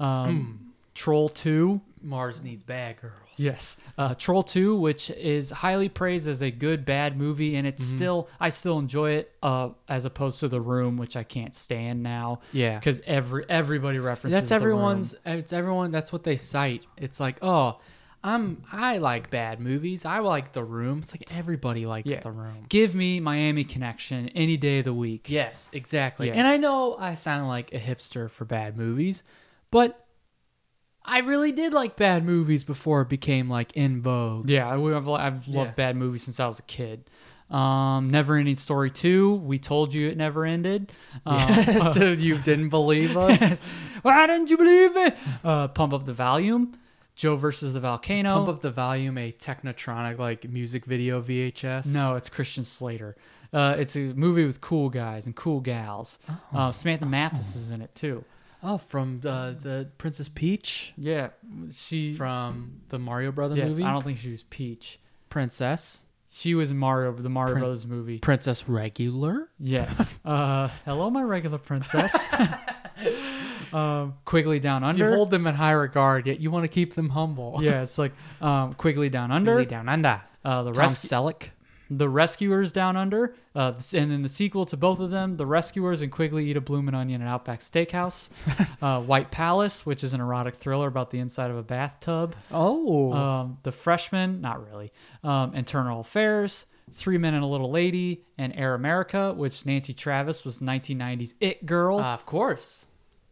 Speaker 5: Um, Troll 2.
Speaker 6: Mars Needs Bad Girls.
Speaker 5: Yes, uh, Troll Two, which is highly praised as a good bad movie, and
Speaker 6: Mm-hmm.
Speaker 5: it's still I still enjoy it uh, as opposed to The Room, which I can't stand now.
Speaker 6: Yeah.
Speaker 5: because every everybody references
Speaker 6: That's
Speaker 5: The Room.
Speaker 6: everyone's. It's everyone. That's what they cite. It's like, oh, I'm. I like bad movies. I like The Room. It's like everybody likes
Speaker 5: Yeah.
Speaker 6: The Room.
Speaker 5: Give me Miami Connection any day of the week.
Speaker 6: Yes, exactly.
Speaker 5: Yeah.
Speaker 6: And I know I sound like a hipster for bad movies, but I really did like bad movies before it became like in vogue.
Speaker 5: Yeah, I- we- I've, li- I've loved
Speaker 6: Yeah.
Speaker 5: bad movies since I was a kid. Um, Never Ending Story 2, we told you it never ended. Um,
Speaker 6: so you didn't believe us?
Speaker 5: Why didn't you believe me? Uh, Pump Up the Volume, Joe versus the Volcano.
Speaker 6: Pump up the volume, a Technotronic like music video VHS.
Speaker 5: No, it's Christian Slater. Uh, it's a movie with cool guys and cool gals. Uh, Samantha Mathis is in it too.
Speaker 6: Oh, from the, the Princess Peach
Speaker 5: Yeah, she
Speaker 6: from the Mario Brother
Speaker 5: yes,
Speaker 6: movie.
Speaker 5: I don't think she was Peach.
Speaker 6: Princess.
Speaker 5: She was in Mario, the Mario
Speaker 6: Prince-
Speaker 5: Brothers movie.
Speaker 6: Princess Regular.
Speaker 5: Yes. uh, hello, my regular princess. um, Quigley Down Under.
Speaker 6: You hold them in high regard, yet you want to keep them humble.
Speaker 5: yeah, it's like um, Quigley Down Under.
Speaker 6: Really down under.
Speaker 5: Uh, the
Speaker 6: Tom
Speaker 5: rescue.
Speaker 6: Selleck.
Speaker 5: The Rescuers Down Under, uh, and then the sequel to both of them, The Rescuers and Quigley Eat a Bloomin' Onion at Outback Steakhouse, uh, White Palace, which is an erotic thriller about the inside of a bathtub,
Speaker 6: Oh.
Speaker 5: um, The Freshman, not really, um, Internal Affairs, Three Men and a Little Lady, and Air America, which Nancy Travis was 1990s It Girl,
Speaker 6: Uh, of course.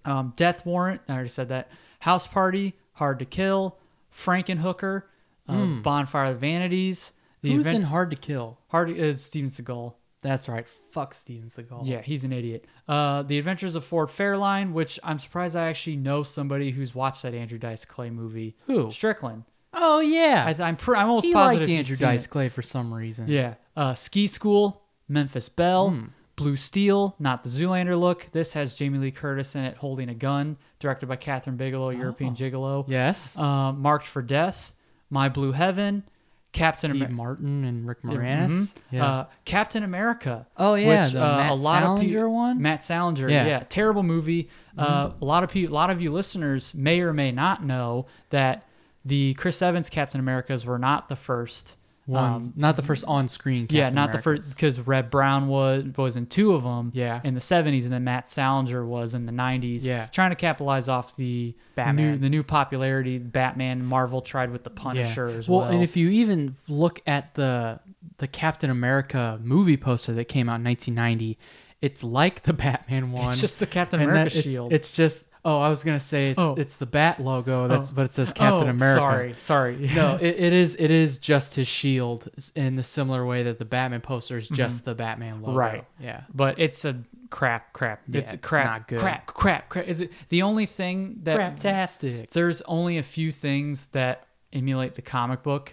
Speaker 5: um, Death Warrant, I already said that, House Party, Hard to Kill, Frankenhooker, uh, Bonfire of the Vanities, The
Speaker 6: Hmm. Who's
Speaker 5: Advent-
Speaker 6: in Hard to Kill? Oh.
Speaker 5: Hard is Steven Seagal.
Speaker 6: That's right. Fuck Steven Seagal.
Speaker 5: Yeah, he's an idiot. Uh, the Adventures of Ford Fairline, which I'm surprised I actually know somebody who's watched that Andrew Dice Clay movie.
Speaker 6: Who?
Speaker 5: Strickland.
Speaker 6: Oh yeah.
Speaker 5: I, I'm pr- I'm almost
Speaker 6: he
Speaker 5: positive
Speaker 6: liked
Speaker 5: he's
Speaker 6: Andrew
Speaker 5: seen
Speaker 6: Dice
Speaker 5: it.
Speaker 6: Clay for some reason.
Speaker 5: Yeah. Uh, Ski School, Memphis Belle,
Speaker 6: Hmm.
Speaker 5: Blue Steel, not the Zoolander look. This has Jamie Lee Curtis in it holding a gun, directed by Catherine Bigelow,
Speaker 6: Oh.
Speaker 5: European Gigolo.
Speaker 6: Yes.
Speaker 5: Uh, Marked for Death, My Blue Heaven, Captain
Speaker 6: Steve
Speaker 5: America.
Speaker 6: Martin and Rick
Speaker 5: Mhm.
Speaker 6: Moranis.
Speaker 5: Uh, Captain America.
Speaker 6: Oh, yeah,
Speaker 5: which,
Speaker 6: the
Speaker 5: uh,
Speaker 6: Matt
Speaker 5: a lot of
Speaker 6: Salinger
Speaker 5: peo-
Speaker 6: one?
Speaker 5: Matt Salinger, yeah,
Speaker 6: Yeah. Mm-hmm.
Speaker 5: terrible movie. Uh, a lot of people, a lot of you listeners may or may not know that the Chris Evans Captain Americas were not the first
Speaker 6: One's-
Speaker 5: um,
Speaker 6: not the first on-screen. Captain
Speaker 5: yeah, not the
Speaker 6: Americas.
Speaker 5: first because Red Brown was was in two of them.
Speaker 6: Yeah.
Speaker 5: in the seventies, and then Matt Salinger was in the nineties.
Speaker 6: Yeah.
Speaker 5: trying to capitalize off the
Speaker 6: Batman.
Speaker 5: new the new popularity. Batman, Marvel tried with the Punisher as well.
Speaker 6: and if you even look at the the Captain America movie poster that came out in 1990, it's like the Batman one.
Speaker 5: it's just the Captain
Speaker 6: and that-
Speaker 5: America
Speaker 6: it's-
Speaker 5: shield.
Speaker 6: It's, just oh, I was gonna say it's
Speaker 5: Oh.
Speaker 6: it's the Bat logo. That's
Speaker 5: Oh.
Speaker 6: but it says Captain
Speaker 5: Oh,
Speaker 6: America.
Speaker 5: Sorry, sorry.
Speaker 6: No,
Speaker 5: Yes.
Speaker 6: it, it is it is just his shield in the similar way that the Batman poster is just the Batman logo.
Speaker 5: Mm-hmm. Right.
Speaker 6: Yeah.
Speaker 5: but it's a crap, crap.
Speaker 6: Yeah,
Speaker 5: it's a
Speaker 6: it's
Speaker 5: crap,
Speaker 6: not good.
Speaker 5: crap, crap, crap. Is it the only thing that
Speaker 6: Craptastic.
Speaker 5: there's only a few things that emulate the comic book,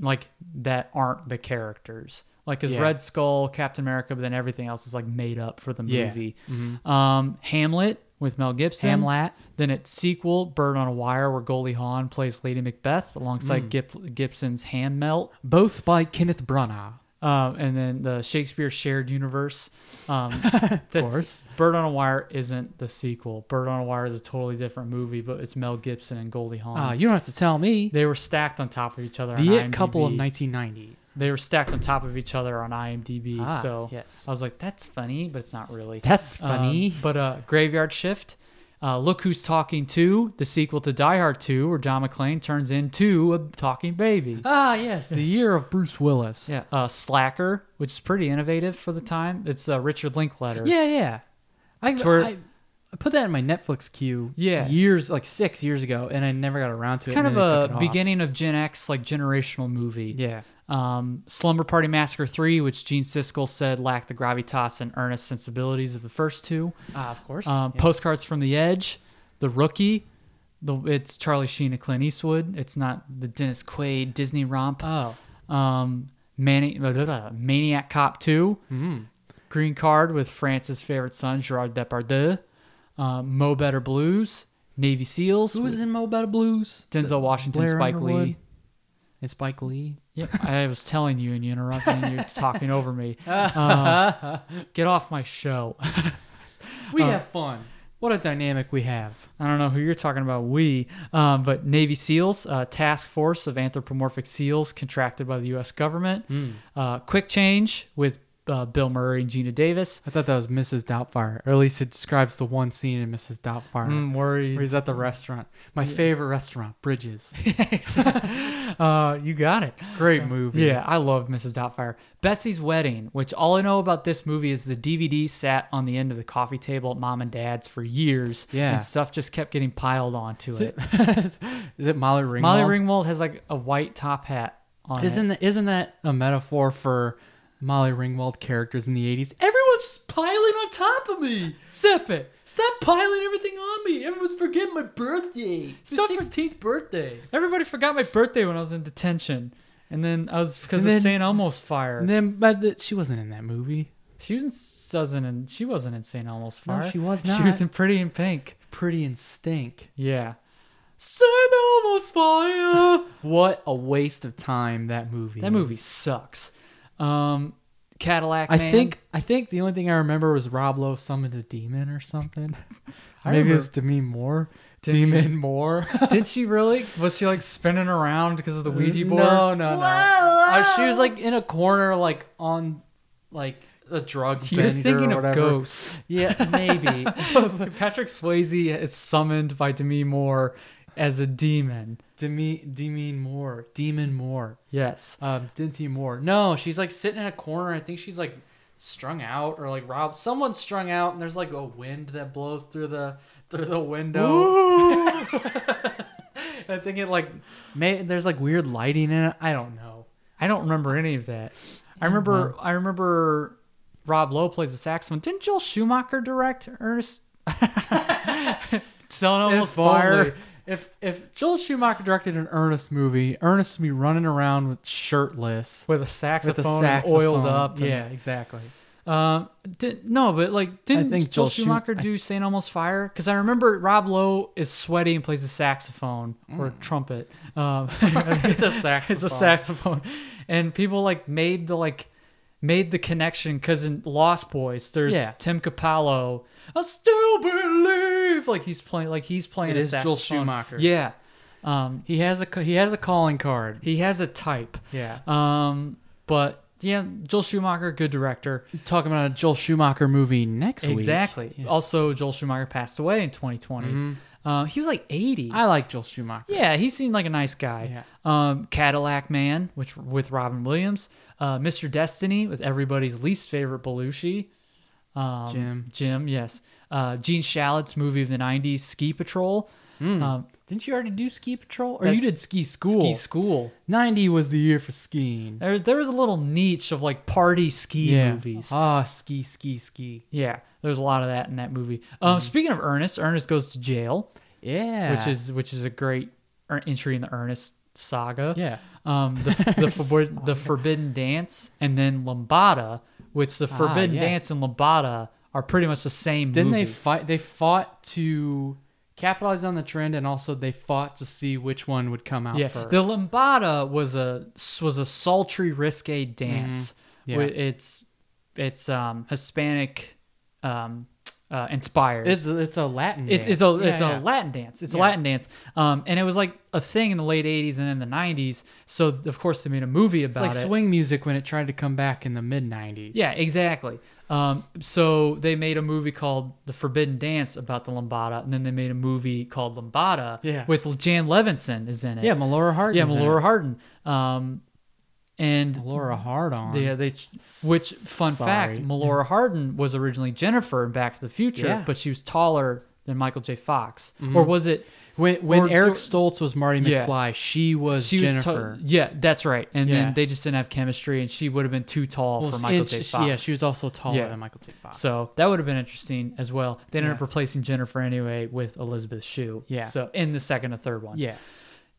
Speaker 5: like that aren't the characters. Like his
Speaker 6: Yeah.
Speaker 5: Red Skull, Captain America, but then everything else is like made up for the
Speaker 6: Yeah. Mm-hmm.
Speaker 5: movie. Um, Hamlet with Mel Gibson.
Speaker 6: Hamlet.
Speaker 5: Then its sequel, Bird on a Wire, where Goldie Hawn plays Lady Macbeth
Speaker 6: Mm.
Speaker 5: alongside Gip- Gibson's Hand Melt.
Speaker 6: Both by Kenneth Branagh.
Speaker 5: Um, and then the Shakespeare shared universe. Um, of
Speaker 6: course.
Speaker 5: Bird on a Wire isn't the sequel. Bird on a Wire is a totally different movie, but it's Mel Gibson and Goldie Hawn.
Speaker 6: Uh, you don't have to tell me.
Speaker 5: they were stacked on top of each other. on
Speaker 6: the it
Speaker 5: IMDb.
Speaker 6: couple of 1990.
Speaker 5: They were stacked on top of each other on IMDb.
Speaker 6: Ah,
Speaker 5: so
Speaker 6: yes.
Speaker 5: I was like, that's funny, but it's not really.
Speaker 6: That's
Speaker 5: Um, but uh, Graveyard Shift. Uh, Look Who's Talking 2, the sequel to Die Hard 2, where John McClane turns into a talking baby.
Speaker 6: ah, yes, the year of Bruce Willis.
Speaker 5: Yeah, uh, Slacker, which is pretty innovative for the time. It's uh, Richard Linkletter.
Speaker 6: yeah, yeah. I,
Speaker 5: Twer-
Speaker 6: I, I put that in my Netflix queue.
Speaker 5: Yeah.
Speaker 6: years like six years ago, and I never got around to it.
Speaker 5: kind
Speaker 6: and
Speaker 5: of
Speaker 6: then they took
Speaker 5: a
Speaker 6: it off.
Speaker 5: beginning of Gen X like generational movie.
Speaker 6: Yeah,
Speaker 5: Um, Slumber Party Massacre Three, which Gene Siskel said lacked the gravitas and earnest sensibilities of the first two.
Speaker 6: Ah, of course.
Speaker 5: Um,
Speaker 6: Yes.
Speaker 5: Postcards from the Edge, The Rookie. The, it's Charlie Sheen and Clint Eastwood. It's not the Dennis Quaid Disney romp.
Speaker 6: Oh,
Speaker 5: um, Mani- blah, blah, blah, Maniac Cop 2,
Speaker 6: Mm-hmm.
Speaker 5: Green Card with France's favorite son, Gerard Depardieu, um, Mo Better Blues, Navy SEALs,
Speaker 6: who was in Mo Better Blues?
Speaker 5: Denzel Washington,
Speaker 6: Blair
Speaker 5: Spike
Speaker 6: Underwood?
Speaker 5: Lee.
Speaker 6: And Spike Lee.
Speaker 5: Yeah, I was telling you and you interrupted and you're talking over me. Um, get off my show.
Speaker 6: Uh, We have fun. What a dynamic we have.
Speaker 5: I don't know who you're talking about, we, um, but Navy SEALs, uh, task force of anthropomorphic SEALs contracted by the U.S. government. Uh, quick change with uh, Bill Murray and Gina Davis.
Speaker 6: I thought that was Mrs. Doubtfire, or at least it describes the one scene in Mrs. Doubtfire
Speaker 5: I'm worried.
Speaker 6: where he's at the restaurant. My favorite restaurant, Bridges.
Speaker 5: uh, you got it.
Speaker 6: Great movie.
Speaker 5: Yeah, I love Mrs. Doubtfire. Betsy's Wedding, which all I know about this movie is the DVD sat on the end of the coffee table at mom and dad's for years.
Speaker 6: Yeah.
Speaker 5: And stuff just kept getting piled onto it.
Speaker 6: Is it Molly Ringwald?
Speaker 5: Molly Ringwald has like a white top hat on
Speaker 6: Isn't that, isn't that a metaphor for Molly Ringwald characters in the 80s? Everyone's just piling on top of me. Sip it. Stop piling everything on me. Everyone's forgetting my birthday. It's
Speaker 5: Stop
Speaker 6: the 16th birthday.
Speaker 5: Everybody forgot my birthday when I was in detention. And then I was because
Speaker 6: And
Speaker 5: of
Speaker 6: then-
Speaker 5: St. Elmo's fire.
Speaker 6: And then, but the, she wasn't in that movie.
Speaker 5: she was not in she wasn't in St. Elmo's
Speaker 6: No,
Speaker 5: fire.
Speaker 6: she was
Speaker 5: She was
Speaker 6: not.
Speaker 5: in Pretty in Pink.
Speaker 6: Pretty in Stink.
Speaker 5: Yeah.
Speaker 6: Send almost fire. what a waste of time that movie.
Speaker 5: That movie sucks. Um Cadillac
Speaker 6: I
Speaker 5: Man.
Speaker 6: think I think the only thing I remember was Rob Lowe summoned a demon or something. Maybe
Speaker 5: remember-
Speaker 6: it's Demi Moore.
Speaker 5: Demi-
Speaker 6: demon Moore.
Speaker 5: Did she really? Was she like spinning around because of the Ouija board?
Speaker 6: No, no, no. Uh, she was like in a corner, like on, like a drug
Speaker 5: You're
Speaker 6: bender
Speaker 5: thinking
Speaker 6: or
Speaker 5: of
Speaker 6: whatever.
Speaker 5: ghosts.
Speaker 6: Yeah, maybe.
Speaker 5: Patrick Swayze is summoned by Demi Moore as a demon.
Speaker 6: Demi, Demi Moore, Demon Moore,
Speaker 5: Yes.
Speaker 6: um, Dinty Moore. No, she's like sitting in a corner. I think she's like strung out, or like Rob, someone's strung out, and there's like a wind that blows through the through the window. I think it like, may, there's like weird lighting in it. I don't know.
Speaker 5: I don't remember any of that. I remember I remember Rob Lowe plays the saxophone. Didn't Joel Schumacher direct Ernest? Selling almost
Speaker 6: if
Speaker 5: fire.
Speaker 6: only. If if Joel Schumacher directed an Ernest movie, Ernest would be running around with shirtless,
Speaker 5: With a
Speaker 6: with
Speaker 5: saxophone,
Speaker 6: a
Speaker 5: and
Speaker 6: saxophone,
Speaker 5: oiled up. and-
Speaker 6: yeah, exactly.
Speaker 5: Um, did, no, but like, didn't
Speaker 6: think
Speaker 5: Joel
Speaker 6: Joel Schum-
Speaker 5: Schumacher do Saint Almost Fire? Because I remember Rob Lowe is sweaty and plays a saxophone or
Speaker 6: Mm.
Speaker 5: trumpet. Um, it's a saxophone. It's a saxophone, and people like made the like made the connection because in Lost Boys, there's
Speaker 6: Yeah.
Speaker 5: Tim Capello. I still believe, like he's playing, like he's playing.
Speaker 6: It
Speaker 5: a
Speaker 6: is Joel
Speaker 5: saxophone.
Speaker 6: Schumacher.
Speaker 5: Yeah, um,
Speaker 6: He has a ca- he has a calling card.
Speaker 5: he has a type.
Speaker 6: Yeah,
Speaker 5: Um, but yeah, Joel Schumacher, good director.
Speaker 6: talking about a Joel Schumacher movie next week.
Speaker 5: Exactly. Also, Joel Schumacher passed away in 2020. Uh, he was like 80.
Speaker 6: Mm-hmm. I like Joel Schumacher.
Speaker 5: yeah, he seemed like a nice guy.
Speaker 6: Yeah.
Speaker 5: Um, Cadillac Man, which with Robin Williams, uh, Mr. Destiny with everybody's least favorite Belushi, um,
Speaker 6: Jim.
Speaker 5: Jim, yes. Uh, Gene Shaalit's movie of the 90s, Ski Patrol. Um,
Speaker 6: Didn't you already do Ski Patrol? Or
Speaker 5: That's-
Speaker 6: you did Hmm. Ski School?
Speaker 5: Ski School.
Speaker 6: Ninety was the year for skiing.
Speaker 5: There, there was a little niche of like party ski movies.
Speaker 6: Ah, ski, ski, ski.
Speaker 5: Yeah, there's a lot of that in that movie. Um, Speaking of Ernest, Ernest goes to jail.
Speaker 6: Mm-hmm. Yeah,
Speaker 5: which is which is a great er- entry in the Ernest saga.
Speaker 6: yeah.
Speaker 5: Um, the the, forbid, the forbidden dance and then Lombada, which the forbidden
Speaker 6: Ah, yes.
Speaker 5: dance and Lombada are pretty much the same.
Speaker 6: Didn't
Speaker 5: movie.
Speaker 6: they fight? They fought to capitalize on the trend, and also they fought to see which one would come out
Speaker 5: yeah,
Speaker 6: first.
Speaker 5: the Lombada was a was a sultry risque dance.
Speaker 6: Mm-hmm. Yeah.
Speaker 5: Wi- It's it's um Hispanic um uh, inspired.
Speaker 6: it's it's a Latin.
Speaker 5: It's it's a
Speaker 6: dance.
Speaker 5: it's
Speaker 6: Yeah,
Speaker 5: a
Speaker 6: yeah.
Speaker 5: Latin dance. It's a Latin dance. Um, and it was like a thing in the late '80s and in the '90s. So of course they made a movie
Speaker 6: It's
Speaker 5: about
Speaker 6: like
Speaker 5: it.
Speaker 6: swing music when it tried to come back in the mid '90s.
Speaker 5: Yeah, exactly. Um, so they made a movie called The Forbidden Dance about the lambada, and then they made a movie called Lambada
Speaker 6: Yeah.
Speaker 5: with Jan Levinson is in it.
Speaker 6: yeah. Melora Hart.
Speaker 5: yeah, Melora Hardin. Um, and
Speaker 6: Melora Hart on.
Speaker 5: yeah, they. Which fun fact,
Speaker 6: Sorry.
Speaker 5: Melora Hardin was originally Jennifer in Back to the Future,
Speaker 6: Yeah. Mm-hmm.
Speaker 5: but she was taller than Michael J. Fox, or was it?
Speaker 6: When when
Speaker 5: or
Speaker 6: Eric
Speaker 5: do-
Speaker 6: Stoltz was Marty
Speaker 5: Yeah.
Speaker 6: McFly, she was
Speaker 5: She
Speaker 6: Jennifer.
Speaker 5: was. ta- yeah, that's right. And
Speaker 6: Yeah.
Speaker 5: then they just didn't have chemistry, and she would have been too tall
Speaker 6: Well,
Speaker 5: for Michael
Speaker 6: and
Speaker 5: J.
Speaker 6: she-
Speaker 5: Fox.
Speaker 6: Yeah, she was also taller
Speaker 5: Yeah.
Speaker 6: than Michael J. Fox.
Speaker 5: So that would have been interesting as well. They ended up
Speaker 6: Yeah.
Speaker 5: replacing Jennifer anyway with Elizabeth Shue.
Speaker 6: Yeah.
Speaker 5: So in the second and third one.
Speaker 6: yeah,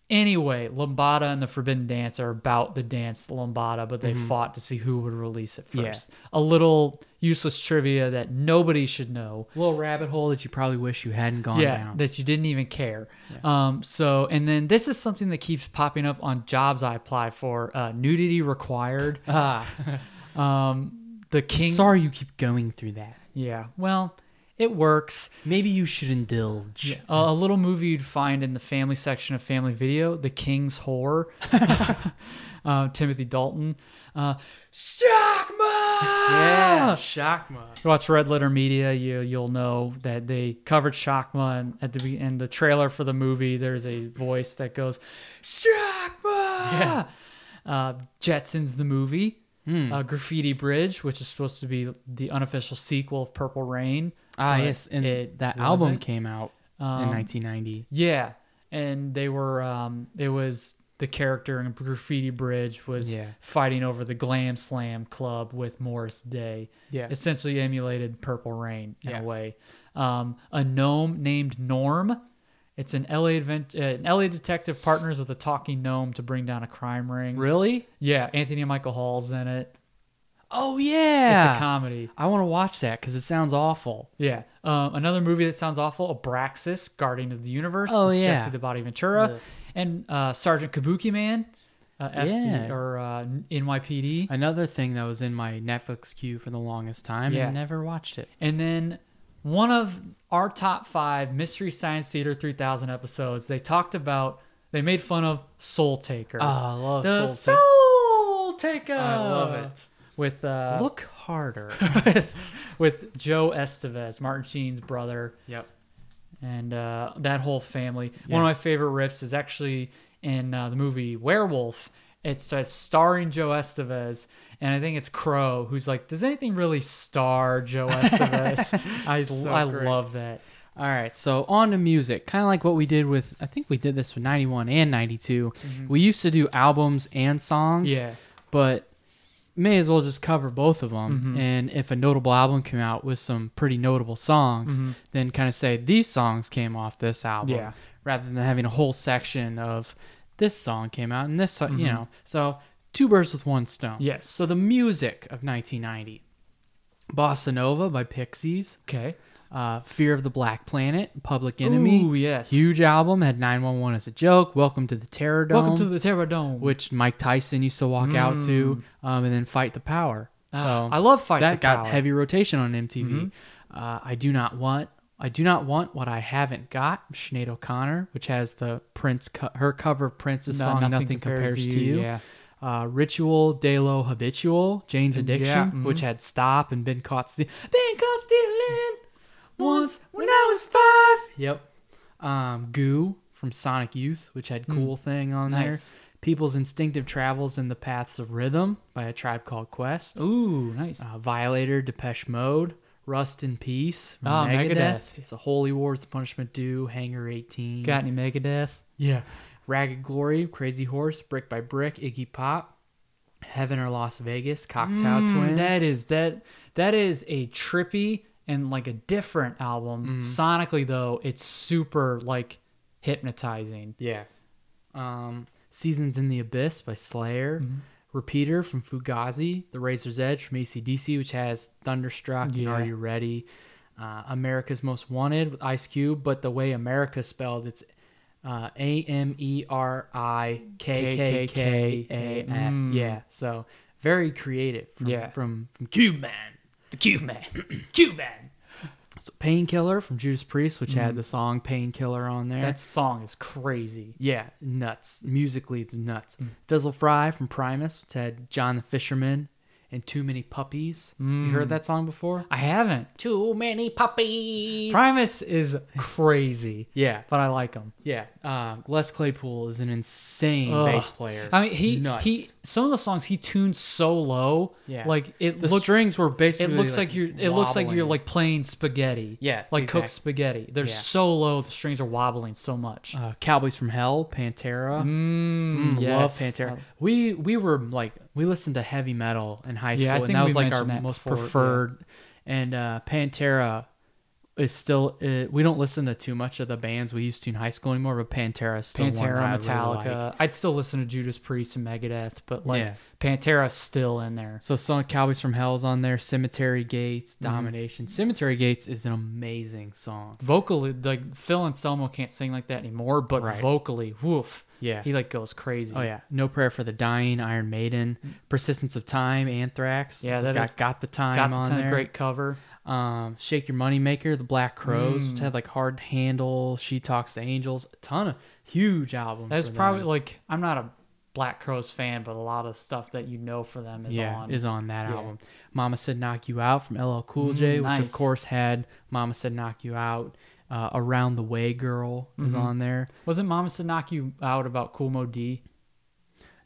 Speaker 5: Anyway, Lombada and the Forbidden Dance are about the dance Lombada, but they fought to see who would release it
Speaker 6: Mm-hmm. Yeah.
Speaker 5: first. A little useless trivia that nobody should know.
Speaker 6: little rabbit hole that you probably wish you hadn't gone
Speaker 5: yeah,
Speaker 6: down.
Speaker 5: that you didn't even care. Um, so, and then this is something that keeps popping up on jobs I apply for: uh, nudity required.
Speaker 6: ah,
Speaker 5: The king.
Speaker 6: sorry you keep going through that.
Speaker 5: Yeah. Well, It works.
Speaker 6: Maybe you should indulge.
Speaker 5: A a little movie you'd find in the family section of Family Video, The King's Whore, uh, Timothy Dalton. Uh,
Speaker 6: Yeah, Shockma.
Speaker 5: if you watch Red Letter Media, you you'll know that they covered Shockma and at the be- in the trailer for the movie. There's a voice that goes, "Shockma." Yeah. Uh, Jetsons the movie, uh, Graffiti Bridge, which is supposed to be the unofficial sequel of Purple Rain.
Speaker 6: Ah,
Speaker 5: but
Speaker 6: yes, and
Speaker 5: it
Speaker 6: that album
Speaker 5: wasn't.
Speaker 6: came out in 1990.
Speaker 5: Yeah, and they were. Um, it was the character in Graffiti Bridge was
Speaker 6: Yeah.
Speaker 5: fighting over the Glam Slam Club with Morris Day.
Speaker 6: Yeah.
Speaker 5: essentially emulated Purple Rain in
Speaker 6: Yeah.
Speaker 5: a way. Um, a gnome named Norm. It's an LA advent- uh, an LA detective partners with a talking gnome to bring down a crime ring.
Speaker 6: Really?
Speaker 5: Yeah, Anthony Michael Hall's in it.
Speaker 6: Oh yeah.
Speaker 5: It's a comedy.
Speaker 6: I want to watch that because it sounds awful.
Speaker 5: Yeah. Um, another movie that sounds awful, Abraxas, Guardian of the Universe.
Speaker 6: Oh,
Speaker 5: with
Speaker 6: yeah.
Speaker 5: Jesse the Body Ventura. And uh, Sergeant Kabuki Man. Uh, FB,
Speaker 6: Yeah.
Speaker 5: Or uh, NYPD.
Speaker 6: Another thing that was in my Netflix queue for the longest time
Speaker 5: Yeah.
Speaker 6: and never watched it.
Speaker 5: And then one of our top five Mystery Science Theater 3000 episodes, they talked about, they made fun of Soul Taker.
Speaker 6: Oh, I love
Speaker 5: the
Speaker 6: Soul
Speaker 5: Soul, Taker.
Speaker 6: I love it.
Speaker 5: With, uh,
Speaker 6: Ta- Look harder.
Speaker 5: with, with Joe Estevez, Martin Sheen's brother,
Speaker 6: yep.
Speaker 5: and uh, that whole family. One of my favorite riffs is actually in uh, the movie Werewolf. It's uh, starring Joe Estevez, and I think it's Crow who's like, "Does anything really star Joe Estevez?" I I
Speaker 6: great.
Speaker 5: love that.
Speaker 6: All right, so on to music. Kind of like what we did with, I think we did this with 91 and 92. We used to do albums and songs.
Speaker 5: Yeah.
Speaker 6: But may as well just cover both of them.
Speaker 5: Mm-hmm.
Speaker 6: And if a notable album came out with some pretty notable songs, then kind of say these songs came off this album.
Speaker 5: Mm-hmm. Yeah.
Speaker 6: Rather than having a whole section of this song came out and this, song, you know. So two birds with one stone.
Speaker 5: Mm-hmm. Yes.
Speaker 6: So the music of 1990 Bossa Nova by Pixies
Speaker 5: Okay.
Speaker 6: uh, Fear of the Black Planet, Public Enemy.
Speaker 5: Ooh, yes.
Speaker 6: Huge album, had 911 as a joke, Welcome to the Terror Dome,
Speaker 5: Welcome to the Terror Dome.
Speaker 6: which Mike Tyson used to walk out to, um, and then Fight the Power. So
Speaker 5: Uh, Ah, I love Fight
Speaker 6: that
Speaker 5: the
Speaker 6: got
Speaker 5: Power. Mm-hmm.
Speaker 6: heavy rotation on MTV. Uh, I do not want. I do not want what I haven't got. Sinead O'Connor, which has the Prince co- her cover of Prince's
Speaker 5: No-
Speaker 6: song
Speaker 5: Nothing
Speaker 6: "Nothing,
Speaker 5: Compares
Speaker 6: Compares,
Speaker 5: to
Speaker 6: to
Speaker 5: You,
Speaker 6: You."
Speaker 5: yeah.
Speaker 6: Uh, Ritual, De Lo Habitual, Jane's Addiction,
Speaker 5: mhm.
Speaker 6: which had "Stop" and "Been Caught Stealing." Been caught stealing once when I was five. Yep. Um, Goo from Sonic Youth, which had cool thing on
Speaker 5: Mm. Nice.
Speaker 6: there. People's Instinctive Travels in the Paths of Rhythm by a Tribe Called Quest.
Speaker 5: Ooh, nice.
Speaker 6: Uh, Violator, Depeche Mode, Rust in Peace,
Speaker 5: Ah,
Speaker 6: Megadeth.
Speaker 5: Megadeth.
Speaker 6: It's a Holy Wars, The Punishment Due, Hangar 18.
Speaker 5: got any Megadeth?
Speaker 6: yeah. Ragged Glory, Crazy Horse, Brick by Brick, Iggy Pop, Heaven or Las Vegas, Cocktail Twins.
Speaker 5: Mm, That is that that is a trippy and like a different
Speaker 6: Mm.
Speaker 5: album. Sonically though, it's super like hypnotizing.
Speaker 6: Yeah. Um, Seasons in the Abyss by Slayer.
Speaker 5: Mm-hmm.
Speaker 6: Repeater from Fugazi. The Razor's Edge from ACDC, which has Thunderstruck and Are
Speaker 5: Yeah.
Speaker 6: You Ready? Uh, America's Most Wanted with Ice Cube, but the way America's spelled, it's uh, A M E R I K K K A S.
Speaker 5: Mm.
Speaker 6: Yeah. So very creative from,
Speaker 5: Yeah.
Speaker 6: from, from Cube Man. The Cube Man. Cube Man. So Painkiller from Judas Priest, which
Speaker 5: Mm-hmm.
Speaker 6: had the song Painkiller on there.
Speaker 5: That song is crazy.
Speaker 6: Yeah, nuts. Musically, it's nuts.
Speaker 5: Hmm.
Speaker 6: Fizzle Fry from Primus, which had John the Fisherman and Too Many Puppies. You heard that song before?
Speaker 5: Hmm. I haven't.
Speaker 6: Too Many Puppies.
Speaker 5: Primus is crazy,
Speaker 6: yeah,
Speaker 5: but I like him.
Speaker 6: yeah. Um, Les Claypool is an insane
Speaker 5: Ugh.
Speaker 6: bass player.
Speaker 5: I mean, he
Speaker 6: Nuts.
Speaker 5: he. Some of the songs he tuned so low,
Speaker 6: Yeah.
Speaker 5: like it
Speaker 6: the
Speaker 5: looked
Speaker 6: strings were
Speaker 5: it
Speaker 6: basically.
Speaker 5: looks like, you're it looks like you're
Speaker 6: wobbling.
Speaker 5: like playing spaghetti
Speaker 6: Yeah,
Speaker 5: like cooked
Speaker 6: exact-
Speaker 5: spaghetti they're
Speaker 6: yeah.
Speaker 5: so low the strings are wobbling so much
Speaker 6: uh, Cowboys from Hell, Pantera.
Speaker 5: mm, yes.
Speaker 6: Love Pantera.
Speaker 5: Uh,
Speaker 6: we we were like we listened to heavy metal in high school,
Speaker 5: Yeah, I
Speaker 6: and
Speaker 5: think
Speaker 6: that
Speaker 5: we
Speaker 6: was like our
Speaker 5: mentioned that
Speaker 6: most
Speaker 5: before, yeah.
Speaker 6: preferred. And uh, Pantera is still uh, we don't listen to too much of the bands we used to in high school anymore, but Pantera is still one
Speaker 5: pantera
Speaker 6: that I really
Speaker 5: metallica
Speaker 6: like.
Speaker 5: i'd still listen to judas priest and megadeth but like
Speaker 6: Yeah.
Speaker 5: pantera's still in there
Speaker 6: So song Cowboys from Hell's on there, Cemetery
Speaker 5: Mm.
Speaker 6: Gates, Domination. Cemetery Gates is an amazing song.
Speaker 5: vocally like phil anselmo can't sing like that anymore but
Speaker 6: Right.
Speaker 5: vocally woof
Speaker 6: Yeah.
Speaker 5: he like goes crazy
Speaker 6: Oh yeah, No Prayer for the Dying, Iron Maiden, Persistence of Time, Anthrax.
Speaker 5: Mm. Yeah,
Speaker 6: This has
Speaker 5: that
Speaker 6: got
Speaker 5: is-
Speaker 6: got the time
Speaker 5: got
Speaker 6: on
Speaker 5: the ton of
Speaker 6: there.
Speaker 5: great cover
Speaker 6: Um, Shake Your Money Maker, The Black Crows,
Speaker 5: Mm.
Speaker 6: which had like Hard Handle, She Talks to Angels, a ton of huge albums.
Speaker 5: That was
Speaker 6: for them.
Speaker 5: probably like I'm not a Black Crows fan, but a lot of stuff that you know for them is
Speaker 6: yeah,
Speaker 5: on.
Speaker 6: is on that album. Mama Said Knock You Out from LL Cool J,
Speaker 5: Mm, nice.
Speaker 6: which of course had Mama Said Knock You Out. Uh, Around the Way Girl
Speaker 5: Mm-hmm.
Speaker 6: is on there.
Speaker 5: Wasn't Mama to knock you out about Cool Mo D?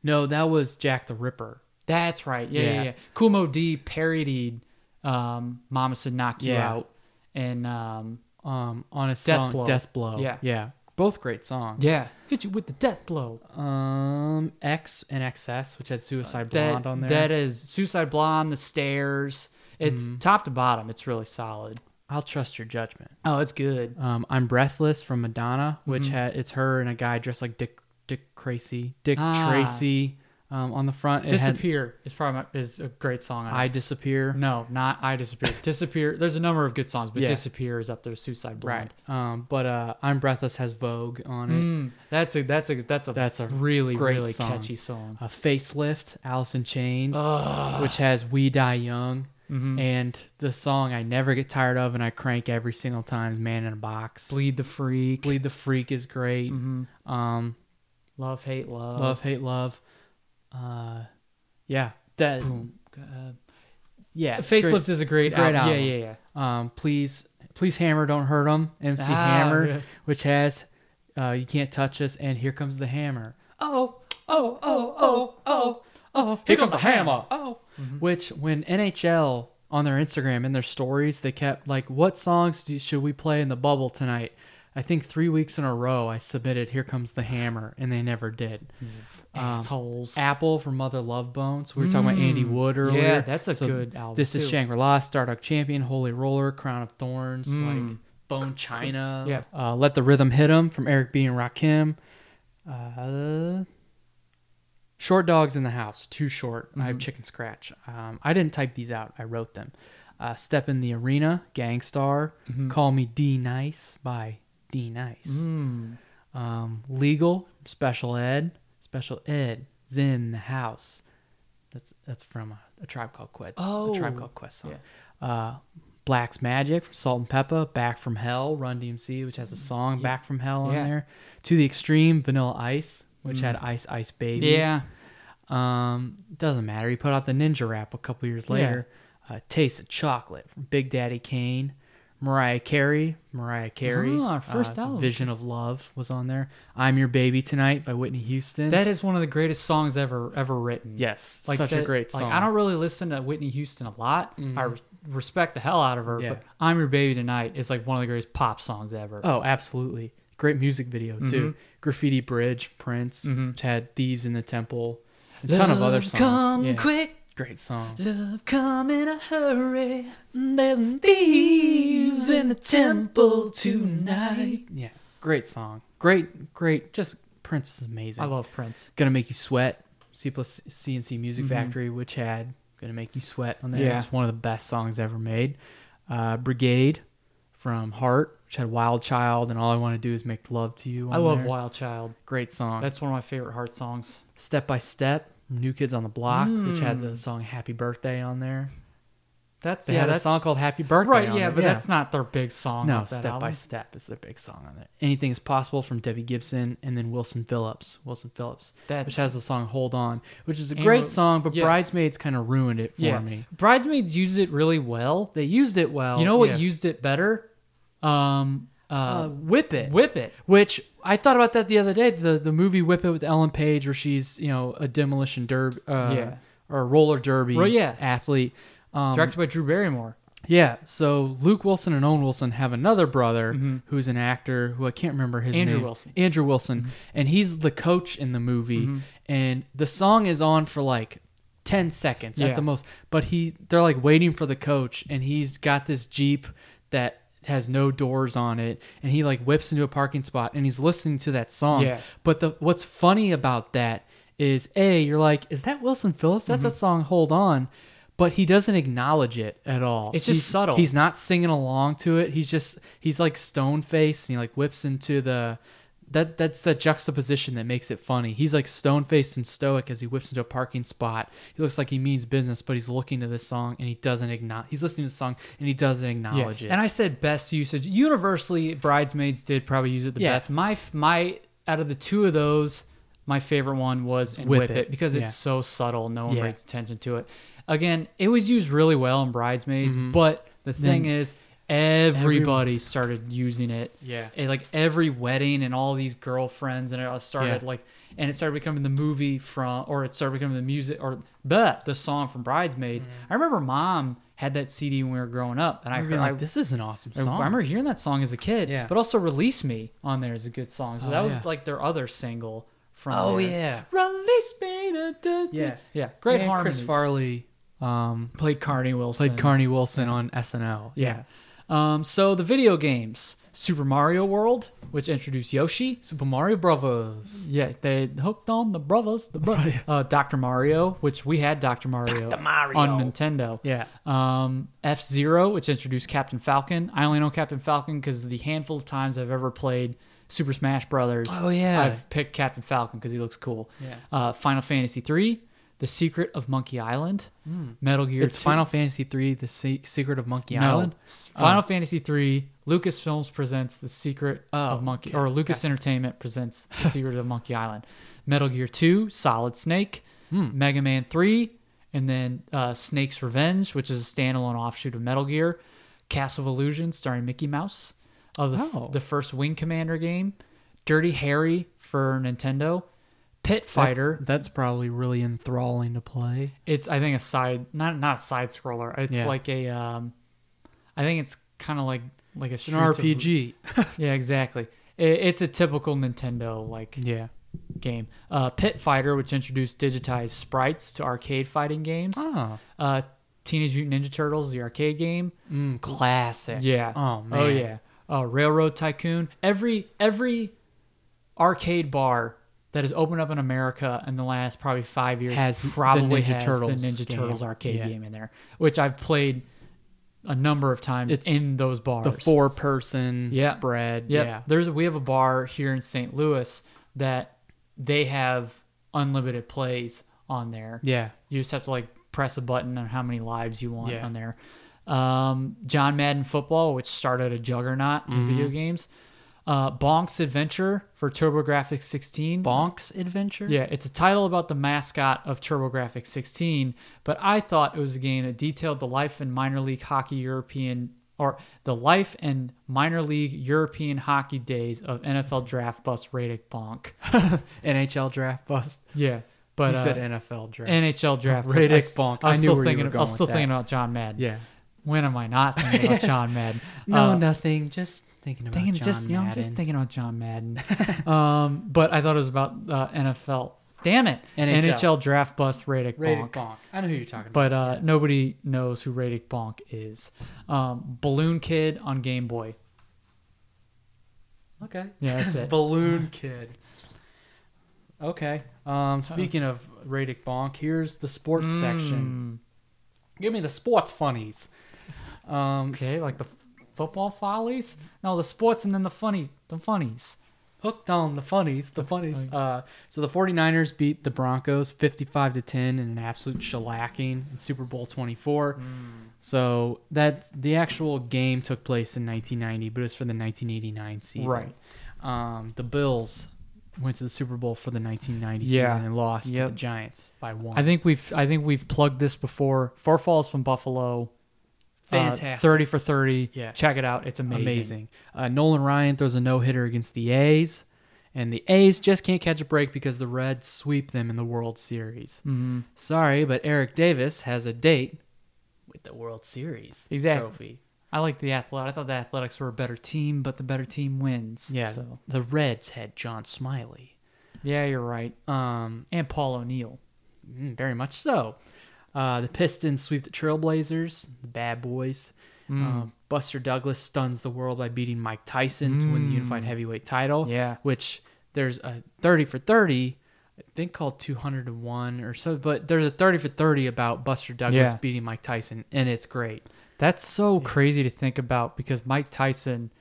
Speaker 6: No, that was Jack the Ripper.
Speaker 5: That's right. Yeah, yeah, yeah.
Speaker 6: Yeah.
Speaker 5: Cool Mo D parodied um, Mama Said Knock You
Speaker 6: Yeah.
Speaker 5: Out. And um,
Speaker 6: Um, on a song
Speaker 5: Blow.
Speaker 6: Death Blow.
Speaker 5: Yeah.
Speaker 6: yeah, both great songs.
Speaker 5: yeah, hit you with the death blow.
Speaker 6: Um, X and XS, which had Suicide Blonde
Speaker 5: That,
Speaker 6: on there.
Speaker 5: that is Suicide Blonde, The Stairs. It's
Speaker 6: Mm-hmm.
Speaker 5: top to bottom. It's really solid.
Speaker 6: I'll trust your judgment.
Speaker 5: Oh, it's good.
Speaker 6: Um, I'm Breathless from Madonna, which
Speaker 5: Mm-hmm.
Speaker 6: had it's her and a guy dressed like Dick Dick Tracy, Dick
Speaker 5: Ah.
Speaker 6: Tracy, um, on the front. It had
Speaker 5: Disappear is probably my, is a great song. On
Speaker 6: I
Speaker 5: it.
Speaker 6: disappear.
Speaker 5: No, not I disappear. disappear. There's a number of good songs, but
Speaker 6: Yeah.
Speaker 5: disappear is up there. Suicide Blonde.
Speaker 6: Right. Um, but uh, I'm Breathless has Vogue on it.
Speaker 5: Mm. That's a that's a that's a
Speaker 6: That's a
Speaker 5: really
Speaker 6: great
Speaker 5: really
Speaker 6: song.
Speaker 5: catchy song.
Speaker 6: A facelift, Alice in Chains, which has We Die Young,
Speaker 5: Mm-hmm.
Speaker 6: and the song I never get tired of and I crank every single time is Man in a Box.
Speaker 5: Bleed
Speaker 6: Bleed,
Speaker 5: the Freak.
Speaker 6: the Freak is great.
Speaker 5: Mm-hmm.
Speaker 6: Um,
Speaker 5: Love Hate Love.
Speaker 6: Love, Hate Love. Uh, yeah. That, yeah.
Speaker 5: uh, Facelift
Speaker 6: great.
Speaker 5: is a great,
Speaker 6: It's a
Speaker 5: album.
Speaker 6: great album.
Speaker 5: Yeah, yeah, yeah.
Speaker 6: um, please please hammer don't hurt 'em mc
Speaker 5: Ah,
Speaker 6: hammer
Speaker 5: yes.
Speaker 6: which has uh, you can't touch us and here comes the hammer
Speaker 5: Oh, oh, oh, oh, oh, oh. Here, comes a hammer. Mm-hmm.
Speaker 6: oh which when nhl on their instagram in their stories they kept like what songs do, should we play in the bubble tonight i think three weeks in a row i submitted here comes the hammer and they never did
Speaker 5: Mm-hmm.
Speaker 6: Um,
Speaker 5: Assholes.
Speaker 6: Apple from Mother Love Bones. We were talking about Andy Wood earlier.
Speaker 5: Mm. that's a good album,
Speaker 6: This is
Speaker 5: too.
Speaker 6: Shangri La, Stardust Champion, Holy Roller, Crown of Thorns, like Bone China.
Speaker 5: Mm. Yeah.
Speaker 6: Uh, Let the Rhythm Hit 'Em from Eric B. and Rakim. Uh, short Dogs in the House, Too Short, I
Speaker 5: Mm-hmm.
Speaker 6: have Chicken Scratch. Um, I didn't type these out, I wrote them. Uh, Step in the Arena, Gangstar,
Speaker 5: Mm-hmm.
Speaker 6: Call Me D Nice by D Nice.
Speaker 5: Mm.
Speaker 6: Um, legal, special ed, special ed, Zen, the house. That's that's from a, a tribe called Quest.
Speaker 5: Oh.
Speaker 6: a tribe called Quest song. Uh, Black's Magic from Salt and Peppa, Back from Hell, Run DMC, which has a song Back from Hell on
Speaker 5: Yeah. Mm.
Speaker 6: there. To the Extreme, Vanilla Ice, which had Ice Ice Baby.
Speaker 5: Yeah.
Speaker 6: Um, doesn't matter. He put out the Ninja Rap a couple years later. Uh, Taste of Chocolate from Big Daddy Kane. Mariah Carey, Mariah Carey.
Speaker 5: Ah, our first
Speaker 6: so
Speaker 5: album.
Speaker 6: Vision of Love was on there. I'm Your Baby Tonight by Whitney Houston.
Speaker 5: That is one of the greatest songs ever ever written.
Speaker 6: yes, such a
Speaker 5: that-
Speaker 6: great song. Mm-hmm.
Speaker 5: Like, I don't really listen to Whitney Houston a lot. I re- respect the hell out of her,
Speaker 6: Yeah.
Speaker 5: but "I'm Your Baby Tonight" is like one of the greatest pop songs ever.
Speaker 6: Oh, absolutely. Great music video
Speaker 5: Mm-hmm.
Speaker 6: too. Graffiti Bridge, Prince, which had Thieves in the Temple, a ton of other
Speaker 5: Love
Speaker 6: songs.
Speaker 5: Come
Speaker 6: Yeah,
Speaker 5: quick,
Speaker 6: Great song.
Speaker 5: love come in a hurry.
Speaker 6: There's thieves in the temple tonight. Yeah, great song. Great, great. Just Prince is amazing.
Speaker 5: I love Prince.
Speaker 6: Gonna Make You Sweat, C plus C and C Music Factory, which had Gonna Make You Sweat on there.
Speaker 5: Mm-hmm. Yeah.
Speaker 6: It's one of the best songs ever made. Uh, Brigade from Heart, which had Wild Child and All I Want to Do Is Make Love to You.
Speaker 5: I
Speaker 6: on
Speaker 5: love
Speaker 6: there.
Speaker 5: Wild Child.
Speaker 6: Great song.
Speaker 5: That's one of my favorite heart songs.
Speaker 6: Step by Step, New Kids on the Block, which had the song Happy Birthday on there.
Speaker 5: That's
Speaker 6: They
Speaker 5: Mm. yeah,
Speaker 6: had a
Speaker 5: that's
Speaker 6: song called Happy Birthday.
Speaker 5: right.
Speaker 6: on
Speaker 5: Yeah,
Speaker 6: there.
Speaker 5: but that's not their big song.
Speaker 6: no
Speaker 5: off that
Speaker 6: Step by
Speaker 5: album.
Speaker 6: Step is their big song on it. Anything is possible from Debbie Gibson and then Wilson Phillips. Wilson Phillips,
Speaker 5: That's-
Speaker 6: which has the song Hold On, which is a
Speaker 5: And
Speaker 6: great
Speaker 5: Ro-
Speaker 6: song, but
Speaker 5: yes.
Speaker 6: Bridesmaids kind of ruined it for
Speaker 5: yeah.
Speaker 6: me.
Speaker 5: Bridesmaids used it really well.
Speaker 6: They used it well.
Speaker 5: You know what
Speaker 6: Yeah.
Speaker 5: used it better? Um, uh,
Speaker 6: Uh, Whip It.
Speaker 5: Whip It.
Speaker 6: Which I thought about that the other day. The the movie Whip It with Ellen Page, where she's you know a demolition derby, uh,
Speaker 5: Yeah.
Speaker 6: or a roller derby,
Speaker 5: Ro- yeah.
Speaker 6: athlete. Um,
Speaker 5: Directed by Drew Barrymore.
Speaker 6: yeah. So Luke Wilson and Owen Wilson have another brother who's an actor who I can't remember his
Speaker 5: Mm-hmm. Andrew
Speaker 6: name.
Speaker 5: Wilson. Mm-hmm.
Speaker 6: Andrew Wilson, and he's the coach in the movie, and the song is on for like. 10 seconds
Speaker 5: Yeah.
Speaker 6: at the most but he they're like waiting for the coach and he's got this jeep that has no doors on it and he like whips into a parking spot and he's listening to that song
Speaker 5: Yeah.
Speaker 6: but the what's funny about that is a you're like is that wilson phillips that's
Speaker 5: Mm-hmm.
Speaker 6: that song hold on but he doesn't acknowledge it at all
Speaker 5: It's just
Speaker 6: He's-
Speaker 5: subtle.
Speaker 6: he's not singing along to it he's just he's like stone faced and he like whips into the that that's that juxtaposition that makes it funny. He's like stone faced and stoic as he whips into a parking spot. He looks like he means business, but he's looking to this song and he doesn't acknowledge. He's listening to the song and he doesn't acknowledge it.
Speaker 5: And I said best usage. Universally, bridesmaids did probably use it the
Speaker 6: Yeah.
Speaker 5: best. My f- my out of the two of those, my favorite one was and whip, it. because
Speaker 6: Yeah.
Speaker 5: it's so subtle. No one
Speaker 6: Yeah.
Speaker 5: pays attention to it. Again, it was used really well in bridesmaids,
Speaker 6: Mm-hmm.
Speaker 5: but the thing is. Everybody started using it.
Speaker 6: Yeah.
Speaker 5: And, like every wedding and all these girlfriends, and it all started
Speaker 6: Yeah.
Speaker 5: like, and it started becoming the movie from, or it started becoming the music, or but the song from Bridesmaids.
Speaker 6: Mm-hmm.
Speaker 5: I remember mom had that CD when we were growing up, and I
Speaker 6: I
Speaker 5: heard,
Speaker 6: mean,
Speaker 5: I,
Speaker 6: like this is an awesome
Speaker 5: I
Speaker 6: song.
Speaker 5: remember hearing that song as a kid.
Speaker 6: Yeah.
Speaker 5: But also "Release Me" on there is a good song. So
Speaker 6: Oh,
Speaker 5: that was
Speaker 6: yeah.
Speaker 5: like their other single from.
Speaker 6: Oh
Speaker 5: there.
Speaker 6: yeah,
Speaker 5: Release me. da, da, da.
Speaker 6: Yeah.
Speaker 5: Yeah. Great
Speaker 6: and
Speaker 5: harmonies.
Speaker 6: Chris Farley um,
Speaker 5: played Carney Wilson.
Speaker 6: played Carney Wilson on SNL.
Speaker 5: Yeah. Um, so the video games, Super Mario World, which introduced Yoshi.
Speaker 6: Super Mario Brothers.
Speaker 5: Yeah, they hooked on the brothers, the bro- uh, Dr. Mario, which we had Dr. Mario,
Speaker 6: Mario.
Speaker 5: on Nintendo.
Speaker 6: Yeah.
Speaker 5: Um, F Zero, which introduced Captain Falcon. I only know Captain Falcon because the handful of times I've ever played Super Smash Brothers,
Speaker 6: Oh, yeah.
Speaker 5: I've picked Captain Falcon because he looks cool.
Speaker 6: Yeah.
Speaker 5: Uh, Final Fantasy Three, The Secret of Monkey Island, Metal Gear.
Speaker 6: Hmm. It's
Speaker 5: 2.
Speaker 6: Final Fantasy III: The Se- Secret of Monkey
Speaker 5: No,
Speaker 6: Island. Uh, Oh.
Speaker 5: S- Final Fantasy Three. Lucasfilms presents The Secret of Monkey, or Lucas Entertainment presents The Secret of Monkey Island. Metal Gear Two, Solid Snake,
Speaker 6: Hmm.
Speaker 5: Mega Man Three, and then uh, Snake's Revenge, which is a standalone offshoot of Metal Gear. Castle of Illusion, starring Mickey Mouse, of the, f-
Speaker 6: Oh.
Speaker 5: the first Wing Commander game. Dirty Harry for Nintendo. Pit Fighter.
Speaker 6: That's probably really enthralling to play.
Speaker 5: It's I think a side not not a side scroller. It's
Speaker 6: Yeah.
Speaker 5: like a um I think it's kind of like like a
Speaker 6: It's an
Speaker 5: Streets of-
Speaker 6: RPG.
Speaker 5: yeah, exactly. It, it's a typical Nintendo like
Speaker 6: yeah.
Speaker 5: game. Uh, Pit Fighter, which introduced digitized sprites to arcade fighting games.
Speaker 6: Oh.
Speaker 5: Uh, Teenage Mutant Ninja Turtles, the arcade game.
Speaker 6: Mm, classic.
Speaker 5: Yeah.
Speaker 6: Oh man.
Speaker 5: Oh yeah. Uh, Railroad Tycoon. Every every arcade bar that has opened up in America in the last probably five years
Speaker 6: Has the
Speaker 5: probably
Speaker 6: Ninja
Speaker 5: has
Speaker 6: Turtles
Speaker 5: the Ninja
Speaker 6: game.
Speaker 5: Turtles arcade
Speaker 6: Yeah.
Speaker 5: game in there, which I've played a number of times
Speaker 6: It's
Speaker 5: in those bars.
Speaker 6: The four person
Speaker 5: Yeah.
Speaker 6: spread.
Speaker 5: Yep.
Speaker 6: Yeah.
Speaker 5: There's we have a bar here in St. Louis that they have unlimited plays on there.
Speaker 6: Yeah.
Speaker 5: You just have to like press a button on how many lives you want
Speaker 6: Yeah.
Speaker 5: on there. Um, John Madden Football, which started a juggernaut
Speaker 6: Mm-hmm.
Speaker 5: in video games. Uh, Bonk's Adventure for TurboGrafx 16.
Speaker 6: Bonk's Adventure.
Speaker 5: Yeah, it's a title about the mascot of TurboGrafx 16, but I thought it was a game that detailed the life and minor league hockey European or the life and minor league European hockey days of NFL draft bust Radic Bonk.
Speaker 6: NHL draft bust.
Speaker 5: Yeah, but
Speaker 6: You
Speaker 5: uh,
Speaker 6: said NFL draft.
Speaker 5: NHL draft bust.
Speaker 6: Radic
Speaker 5: I s-
Speaker 6: Bonk.
Speaker 5: I was
Speaker 6: I knew
Speaker 5: still
Speaker 6: where you
Speaker 5: thinking.
Speaker 6: were
Speaker 5: I
Speaker 6: going
Speaker 5: was still
Speaker 6: with
Speaker 5: thinking
Speaker 6: that.
Speaker 5: about John Madden.
Speaker 6: yeah.
Speaker 5: When am I not thinking about John Madden?
Speaker 6: No,
Speaker 5: Uh,
Speaker 6: nothing. Just thinking about
Speaker 5: thinking
Speaker 6: John
Speaker 5: just you know
Speaker 6: Madden.
Speaker 5: just thinking about John Madden. um, but I thought it was about uh, NFL. Damn it,
Speaker 6: NHL.
Speaker 5: NHL, draft bust Radic
Speaker 6: Radic
Speaker 5: Bonk.
Speaker 6: Bonk. I know who you're talking about.
Speaker 5: But uh, nobody knows who Radic Bonk is. Um, Balloon Kid on Game Boy.
Speaker 6: Okay.
Speaker 5: Yeah, that's it.
Speaker 6: Balloon Kid. Okay. Um, speaking of Radic Bonk, here's the sports
Speaker 5: Hmm.
Speaker 6: section. Give me the sports funnies. Um,
Speaker 5: okay, like the f- football follies. No, the sports and then the funny, the funnies.
Speaker 6: hooked on the funnies the funnies uh, so the 49ers beat the broncos 55 to 10 in an absolute shellacking in super bowl 24
Speaker 5: Hmm.
Speaker 6: so that the actual game took place in 1990 but it was for the 1989 season
Speaker 5: Right.
Speaker 6: um, the bills went to the super bowl for the 1990
Speaker 5: Yeah.
Speaker 6: season and lost
Speaker 5: Yep.
Speaker 6: to the giants by one
Speaker 5: I think we've I think we've plugged this before. Four Falls from Buffalo. uh,
Speaker 6: Fantastic.
Speaker 5: thirty for thirty.
Speaker 6: Yeah.
Speaker 5: check it out. It's amazing.
Speaker 6: amazing. Uh, Nolan Ryan throws a no hitter against the A's, and the A's just can't catch a break because the Reds sweep them in the World Series. Mm-hmm. Sorry, but Eric Davis has a date with the World Series
Speaker 5: Exactly.
Speaker 6: trophy.
Speaker 5: I like the athletic. I thought the Athletics were a better team, but the better team wins.
Speaker 6: Yeah,
Speaker 5: So
Speaker 6: the Reds had John Smiley.
Speaker 5: yeah, you're right.
Speaker 6: Um,
Speaker 5: And Paul O'Neill.
Speaker 6: Mm, very much so. Uh, the Pistons sweep the Trailblazers, the bad boys.
Speaker 5: Mm.
Speaker 6: Um, Buster Douglas stuns the world by beating Mike Tyson to win the unified heavyweight title.
Speaker 5: Mm. Yeah.
Speaker 6: which there's a thirty for thirty, I think called two hundred to one or so. But there's a thirty for thirty about Buster Douglas
Speaker 5: Yeah.
Speaker 6: beating Mike Tyson, and it's great.
Speaker 5: That's so crazy to think about because Mike Tyson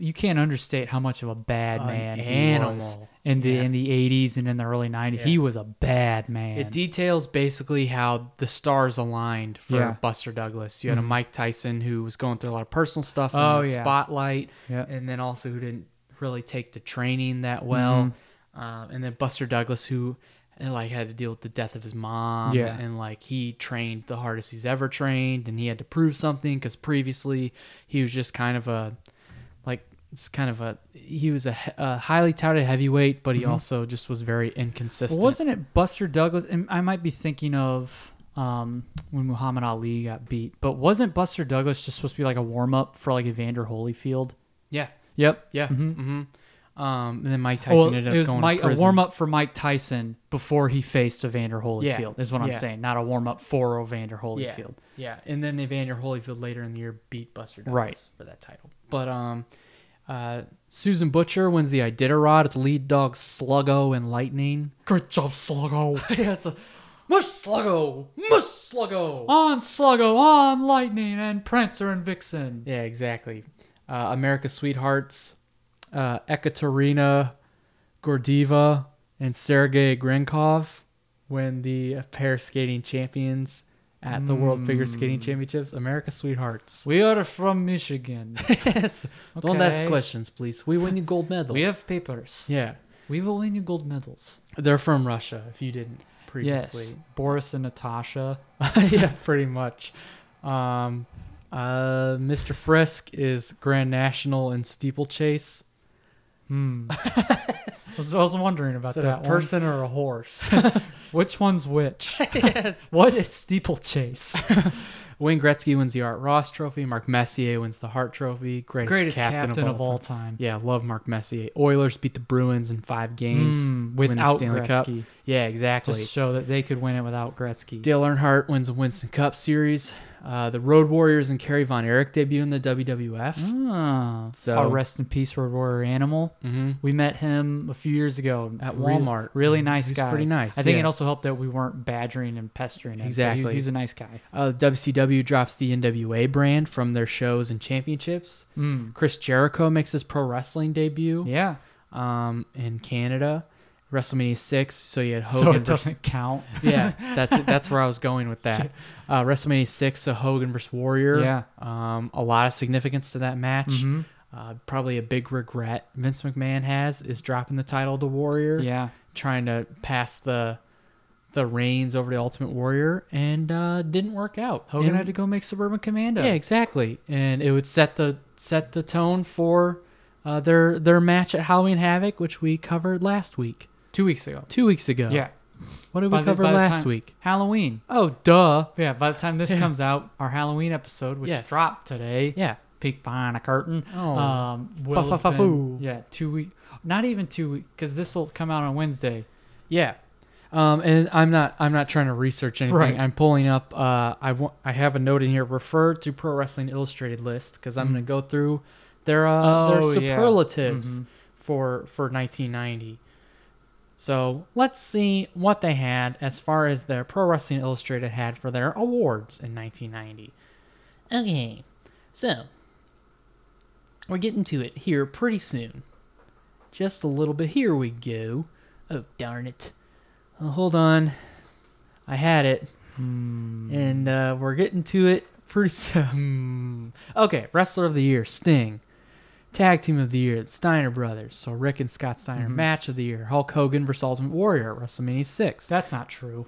Speaker 5: you can't understate how much of a
Speaker 6: Uh,
Speaker 5: bad man he was
Speaker 6: animal.
Speaker 5: in the in the eighties and in the early nineties. He was a bad man.
Speaker 6: It details basically how the stars aligned for
Speaker 5: Yeah. Mm-hmm.
Speaker 6: Buster Douglas. You had a Mike Tyson who was going through a lot of personal stuff in
Speaker 5: Oh,
Speaker 6: the
Speaker 5: yeah.
Speaker 6: spotlight,
Speaker 5: Yeah.
Speaker 6: and then also who didn't really take the training that well.
Speaker 5: Mm-hmm.
Speaker 6: Uh, and then Buster Douglas who uh, like had to deal with the death of his mom,
Speaker 5: Yeah.
Speaker 6: and like he trained the hardest he's ever trained, and he had to prove something because previously he was just kind of a like it's kind of a he was a, he- a highly touted heavyweight, but he also just was very inconsistent.
Speaker 5: Mm-hmm. Wasn't it Buster Douglas? And I might be thinking of um, when Muhammad Ali got beat, but wasn't Buster Douglas just supposed to be like a warm up for like Evander Holyfield?
Speaker 6: yeah,
Speaker 5: Yep.
Speaker 6: Yeah. Mm-hmm. Um, and then Mike Tyson
Speaker 5: Well, it
Speaker 6: ended up
Speaker 5: was
Speaker 6: going
Speaker 5: Mike, a
Speaker 6: to prison.
Speaker 5: warm up for Mike Tyson before he faced Evander Holyfield. Is what I'm
Speaker 6: Yeah.
Speaker 5: saying. Not a warm up for Evander
Speaker 6: Yeah.
Speaker 5: Holyfield.
Speaker 6: Yeah. And then Evander Holyfield later in the year beat Buster Douglas
Speaker 5: Right.
Speaker 6: for that title. But um, uh, Susan Butcher wins the Iditarod with lead dog Sluggo and Lightning.
Speaker 5: Great job, Sluggo.
Speaker 6: yeah, it's a mush Sluggo, mush Sluggo.
Speaker 5: on Sluggo, on Lightning and Prancer and Vixen.
Speaker 6: Yeah, exactly. Uh, America's Sweethearts, uh, Ekaterina Gordieva, and Sergei Grenkov win the pair skating champions at the World Figure Skating Championships. America's Sweethearts.
Speaker 5: We are from Michigan.
Speaker 6: Don't ask
Speaker 5: Okay.
Speaker 6: questions, please. We win you gold medal.
Speaker 5: we have papers.
Speaker 6: yeah,
Speaker 5: We will win you gold medals.
Speaker 6: they're from Russia. If you didn't previously,
Speaker 5: Yes, Boris and Natasha.
Speaker 6: yeah, pretty much. Um, uh, Mr. Frisk is Grand National in steeplechase.
Speaker 5: I was, I was wondering about
Speaker 6: Is it
Speaker 5: that
Speaker 6: a
Speaker 5: one.
Speaker 6: person or a horse?
Speaker 5: Which one's which? What is steeplechase?
Speaker 6: Wayne Gretzky wins the Art Ross Trophy. Mark Messier wins the Hart Trophy. Greatest,
Speaker 5: Greatest captain, of, all
Speaker 6: time.
Speaker 5: time.
Speaker 6: Yeah, love Mark Messier. Oilers beat the Bruins in five games
Speaker 5: Mm,
Speaker 6: win the
Speaker 5: without Gretzky.
Speaker 6: Yeah, exactly.
Speaker 5: Just show that they could win it without Gretzky.
Speaker 6: Dale Earnhardt wins the Winston Cup Series. Uh, the Road Warriors and Kerry Von Erich debut in the WWF.
Speaker 5: Ah,
Speaker 6: So-
Speaker 5: our rest in peace, Road Warrior Animal. Mm-hmm. We met him a few years ago
Speaker 6: At
Speaker 5: Re-
Speaker 6: Walmart.
Speaker 5: Really nice
Speaker 6: He's
Speaker 5: guy.
Speaker 6: pretty nice,
Speaker 5: I think
Speaker 6: yeah.
Speaker 5: it also helped that we weren't badgering and pestering him. but he was-
Speaker 6: Exactly.
Speaker 5: He was a nice guy.
Speaker 6: Uh, WCW drops the NWA brand from their shows and championships.
Speaker 5: Hmm.
Speaker 6: Chris Jericho makes his pro wrestling debut
Speaker 5: Yeah.
Speaker 6: um, in Canada. WrestleMania 6, so you had Hogan
Speaker 5: So it
Speaker 6: versus-
Speaker 5: doesn't count.
Speaker 6: yeah, that's that's where I was going with that. Uh, WrestleMania six, so Hogan versus Warrior.
Speaker 5: Yeah. Mm-hmm.
Speaker 6: um, a lot of significance to that match. Uh, probably a big regret Vince McMahon has is dropping the title to Warrior.
Speaker 5: Yeah.
Speaker 6: trying to pass the the reins over to Ultimate Warrior, and uh, didn't work out.
Speaker 5: Hogan
Speaker 6: And-
Speaker 5: had to go make Suburban Commando.
Speaker 6: yeah, exactly, and it would set the set the tone for uh, their their match at Halloween Havoc, which we covered last week,
Speaker 5: Two weeks ago.
Speaker 6: two weeks ago.
Speaker 5: Yeah.
Speaker 6: what did
Speaker 5: By
Speaker 6: we
Speaker 5: the-
Speaker 6: cover
Speaker 5: by the
Speaker 6: last
Speaker 5: time-
Speaker 6: week?
Speaker 5: Halloween.
Speaker 6: Oh, duh.
Speaker 5: Yeah, by the time this comes out, our Halloween episode, which
Speaker 6: Yes.
Speaker 5: dropped today,
Speaker 6: Yeah.
Speaker 5: peek behind a curtain.
Speaker 6: Oh.
Speaker 5: um, will have
Speaker 6: Fa-fa-fa-foo.
Speaker 5: been- yeah, two week, not even two week, because this will come out on Wednesday.
Speaker 6: Yeah. Um, and I'm not I'm not trying to research anything.
Speaker 5: Right.
Speaker 6: I'm pulling up. Uh, I want I have a note in here. Refer to Pro Wrestling Illustrated list because
Speaker 5: Mm-hmm.
Speaker 6: I'm going to go through their uh, their
Speaker 5: Oh, yeah.
Speaker 6: superlatives for for 1990. So let's see what they had as far as their Pro Wrestling Illustrated had for their awards in 1990. Okay, so we're getting to it here pretty soon. Just a little bit. Here we go. Oh, darn it. Uh, hold on. I had it.
Speaker 5: Hmm.
Speaker 6: And uh, we're getting to it pretty
Speaker 5: Hmm.
Speaker 6: soon. okay, Wrestler of the Year, Sting. Tag Team of the Year, the Steiner Brothers. So Rick and Scott Steiner.
Speaker 5: Mm-hmm.
Speaker 6: Match of the Year, Hulk Hogan versus Ultimate Warrior at WrestleMania 6.
Speaker 5: That's not true.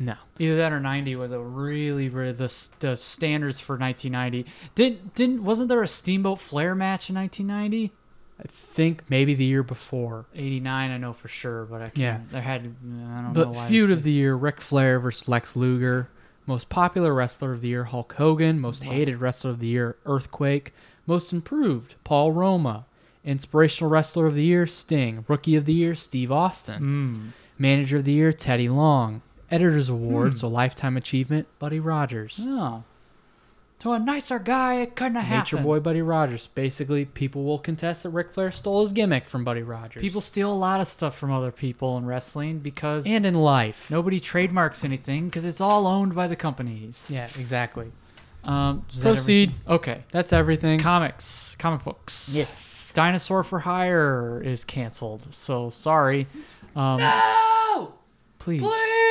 Speaker 6: No.
Speaker 5: Either that or ninety was a really, really the the standards for nineteen ninety. Didn't didn't wasn't there a Steamboat Flair match in nineteen ninety?
Speaker 6: I think maybe the year before.
Speaker 5: Eighty nine, I know for sure, but I can't.
Speaker 6: Yeah.
Speaker 5: There had I don't know
Speaker 6: But
Speaker 5: why. I
Speaker 6: feud
Speaker 5: said-
Speaker 6: of the year: Ric Flair versus Lex Luger. Most popular wrestler of the year: Hulk Hogan. Most hated wrestler of the year: Earthquake. Most improved: Paul Roma. Inspirational wrestler of the year: Sting. Rookie of the year: Steve
Speaker 5: Hmm.
Speaker 6: Austin. Manager of the year: Teddy Long. Editor's Award,
Speaker 5: Hmm.
Speaker 6: so lifetime achievement: Buddy Rogers.
Speaker 5: no. To a nicer guy, it couldn't have
Speaker 6: Nature
Speaker 5: happened.
Speaker 6: Boy Buddy Rogers. Basically, people will contest that Ric Flair stole his gimmick from Buddy Rogers.
Speaker 5: People steal a lot of stuff from other people in wrestling because
Speaker 6: and in life.
Speaker 5: nobody trademarks anything because it's all owned by the companies.
Speaker 6: Yeah, exactly.
Speaker 5: Um, is that
Speaker 6: Proceed.
Speaker 5: everything? Okay.
Speaker 6: That's everything.
Speaker 5: Comics, comic books.
Speaker 6: yes.
Speaker 5: Dinosaur for Hire is canceled. So sorry. Um,
Speaker 6: No!
Speaker 5: please,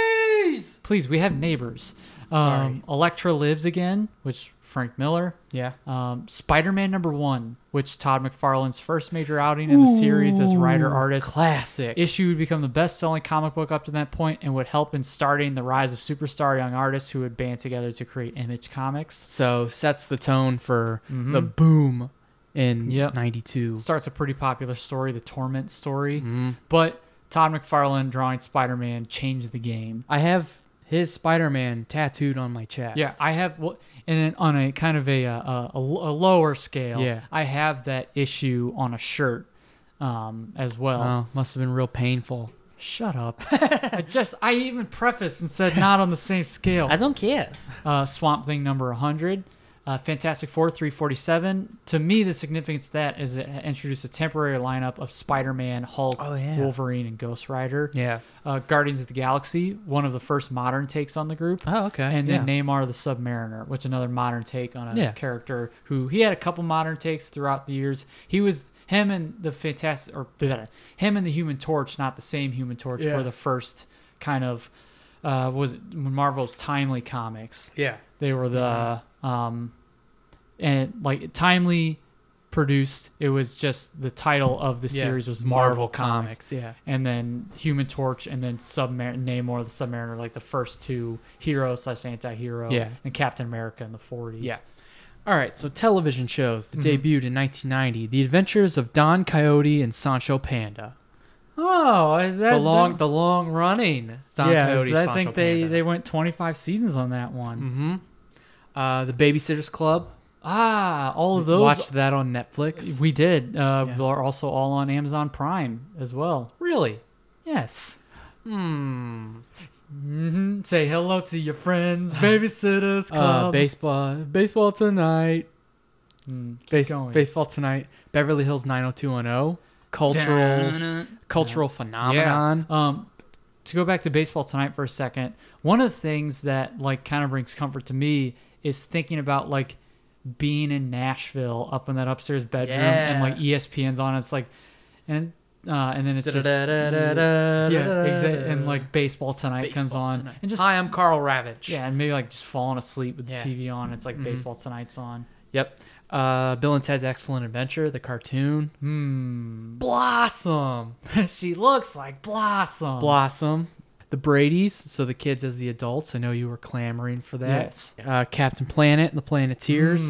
Speaker 6: Please!
Speaker 5: please, we have neighbors. Um,
Speaker 6: Sorry.
Speaker 5: Electra lives again, which Frank Miller.
Speaker 6: Yeah.
Speaker 5: Um, Spider-Man number one, which Todd McFarlane's first major outing in the series as writer artist.
Speaker 6: Classic.
Speaker 5: Issue would become the best-selling comic book up to that point, and would help in starting the rise of superstar young artists who would band together to create Image Comics. Mm-hmm.
Speaker 6: so sets the tone for the boom in
Speaker 5: Yep.
Speaker 6: 92.
Speaker 5: starts a pretty popular story, the Torment story.
Speaker 6: Mm-hmm.
Speaker 5: But Todd McFarlane drawing Spider Man changed the game.
Speaker 6: I have his Spider Man tattooed on my chest.
Speaker 5: Yeah, I have, well, and then on a kind of a, uh, a, a l- a lower scale,
Speaker 6: Yeah.
Speaker 5: I have that issue on a shirt um, as well.
Speaker 6: oh, must have been real painful.
Speaker 5: Shut up. I just, I even prefaced and said not on the same scale.
Speaker 6: don't care.
Speaker 5: uh, Swamp Thing number 100. Uh, Fantastic Four 347. To me, the significance of that is it introduced a temporary lineup of Spider Man, Hulk,
Speaker 6: Oh, yeah.
Speaker 5: Wolverine, and Ghost Rider.
Speaker 6: Yeah.
Speaker 5: Uh, Guardians of the Galaxy, one of the first modern takes on the group.
Speaker 6: Oh, okay.
Speaker 5: And then
Speaker 6: yeah.
Speaker 5: Neymar the Submariner, which is another modern take on a
Speaker 6: Yeah.
Speaker 5: character who he had a couple modern takes throughout the years. He was him and the Fantastic or bleh, him and the Human Torch, not the same Human Torch, were the first kind of uh, was it when Marvel's timely comics.
Speaker 6: Yeah.
Speaker 5: They were the
Speaker 6: Mm-hmm.
Speaker 5: um and like timely produced. It was just the title of the
Speaker 6: Yeah.
Speaker 5: series was Marvel,
Speaker 6: Marvel
Speaker 5: Comics.
Speaker 6: Comics, yeah.
Speaker 5: And then Human Torch and then Submariner Namor the Submariner, like the first two hero slash anti hero.
Speaker 6: Yeah.
Speaker 5: And Captain America in the forties.
Speaker 6: Yeah. All right, so television shows that
Speaker 5: Mhm.
Speaker 6: debuted in 1990 The Adventures of Don Coyote and Sancho Panda.
Speaker 5: Oh that
Speaker 6: the long, the long running Don
Speaker 5: yeah,
Speaker 6: Coyote.
Speaker 5: I
Speaker 6: Sancho Mm-hmm.
Speaker 5: think they,
Speaker 6: Panda.
Speaker 5: they went twenty five seasons on that one.
Speaker 6: uh, the Babysitters Club.
Speaker 5: Ah, all of those
Speaker 6: Watched that on Netflix.
Speaker 5: we did. Uh, Are also all on Amazon Prime as well.
Speaker 6: really?
Speaker 5: Yes.
Speaker 6: Hmm.
Speaker 5: Hmm. Mm-hmm. Say hello to your friends, babysitters club.
Speaker 6: Uh, baseball, baseball tonight. Hmm, Base-
Speaker 5: going.
Speaker 6: baseball tonight. Beverly Hills 90210. Cultural, cultural phenomenon.
Speaker 5: Um, to go back to baseball tonight for a second, one of the things that like kind of brings comfort to me is thinking about like being in Nashville up in that upstairs bedroom and
Speaker 6: Yeah.
Speaker 5: like E ESPN's on. It's like, and uh, and then it's just
Speaker 6: Da-da-da-da-da-da-da-da.
Speaker 5: yeah, exactly. And like baseball tonight comes
Speaker 6: Baseball
Speaker 5: on,
Speaker 6: tonight.
Speaker 5: and just
Speaker 6: Hi, I'm Carl Ravitch.
Speaker 5: yeah, and maybe like just falling asleep with the
Speaker 6: Yeah. Mm-hmm.
Speaker 5: TV on. It's like baseball tonight's on.
Speaker 6: Yep. Uh, Bill and Ted's Excellent Adventure, the cartoon. Hmm. Blossom.
Speaker 5: she looks like Blossom.
Speaker 6: Blossom. The Brady's, so the kids as the adults. I know you were clamoring for that.
Speaker 5: Yes.
Speaker 6: Uh, Captain Planet and the Planeteers.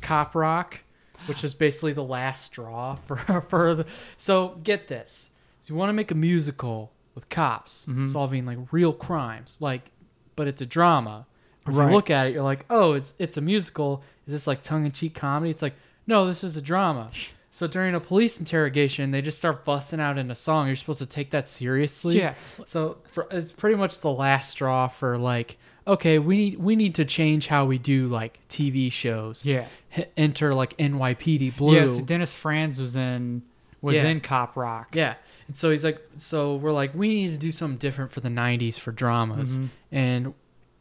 Speaker 6: Cop Rock, which is basically the last straw for for the. So get this: so you want to make a musical with cops
Speaker 5: Mm-hmm.
Speaker 6: solving like real crimes, like, but it's a drama. If
Speaker 5: Right.
Speaker 6: you look at it, you're like, oh, it's it's a musical. Is this like tongue in cheek comedy? It's like, no, this is a drama. So during a police interrogation, they just start busting out into song. You're supposed to take that seriously.
Speaker 5: Yeah.
Speaker 6: So for, it's pretty much the last straw for like, okay, we need we need to change how we do like TV shows.
Speaker 5: Yeah.
Speaker 6: H- enter like NYPD Blue.
Speaker 5: Yeah, so Dennis Franz was in was
Speaker 6: Yeah.
Speaker 5: in Cop Rock.
Speaker 6: Yeah. And so he's like, so we're like, we need to do something different for the 90s for dramas. And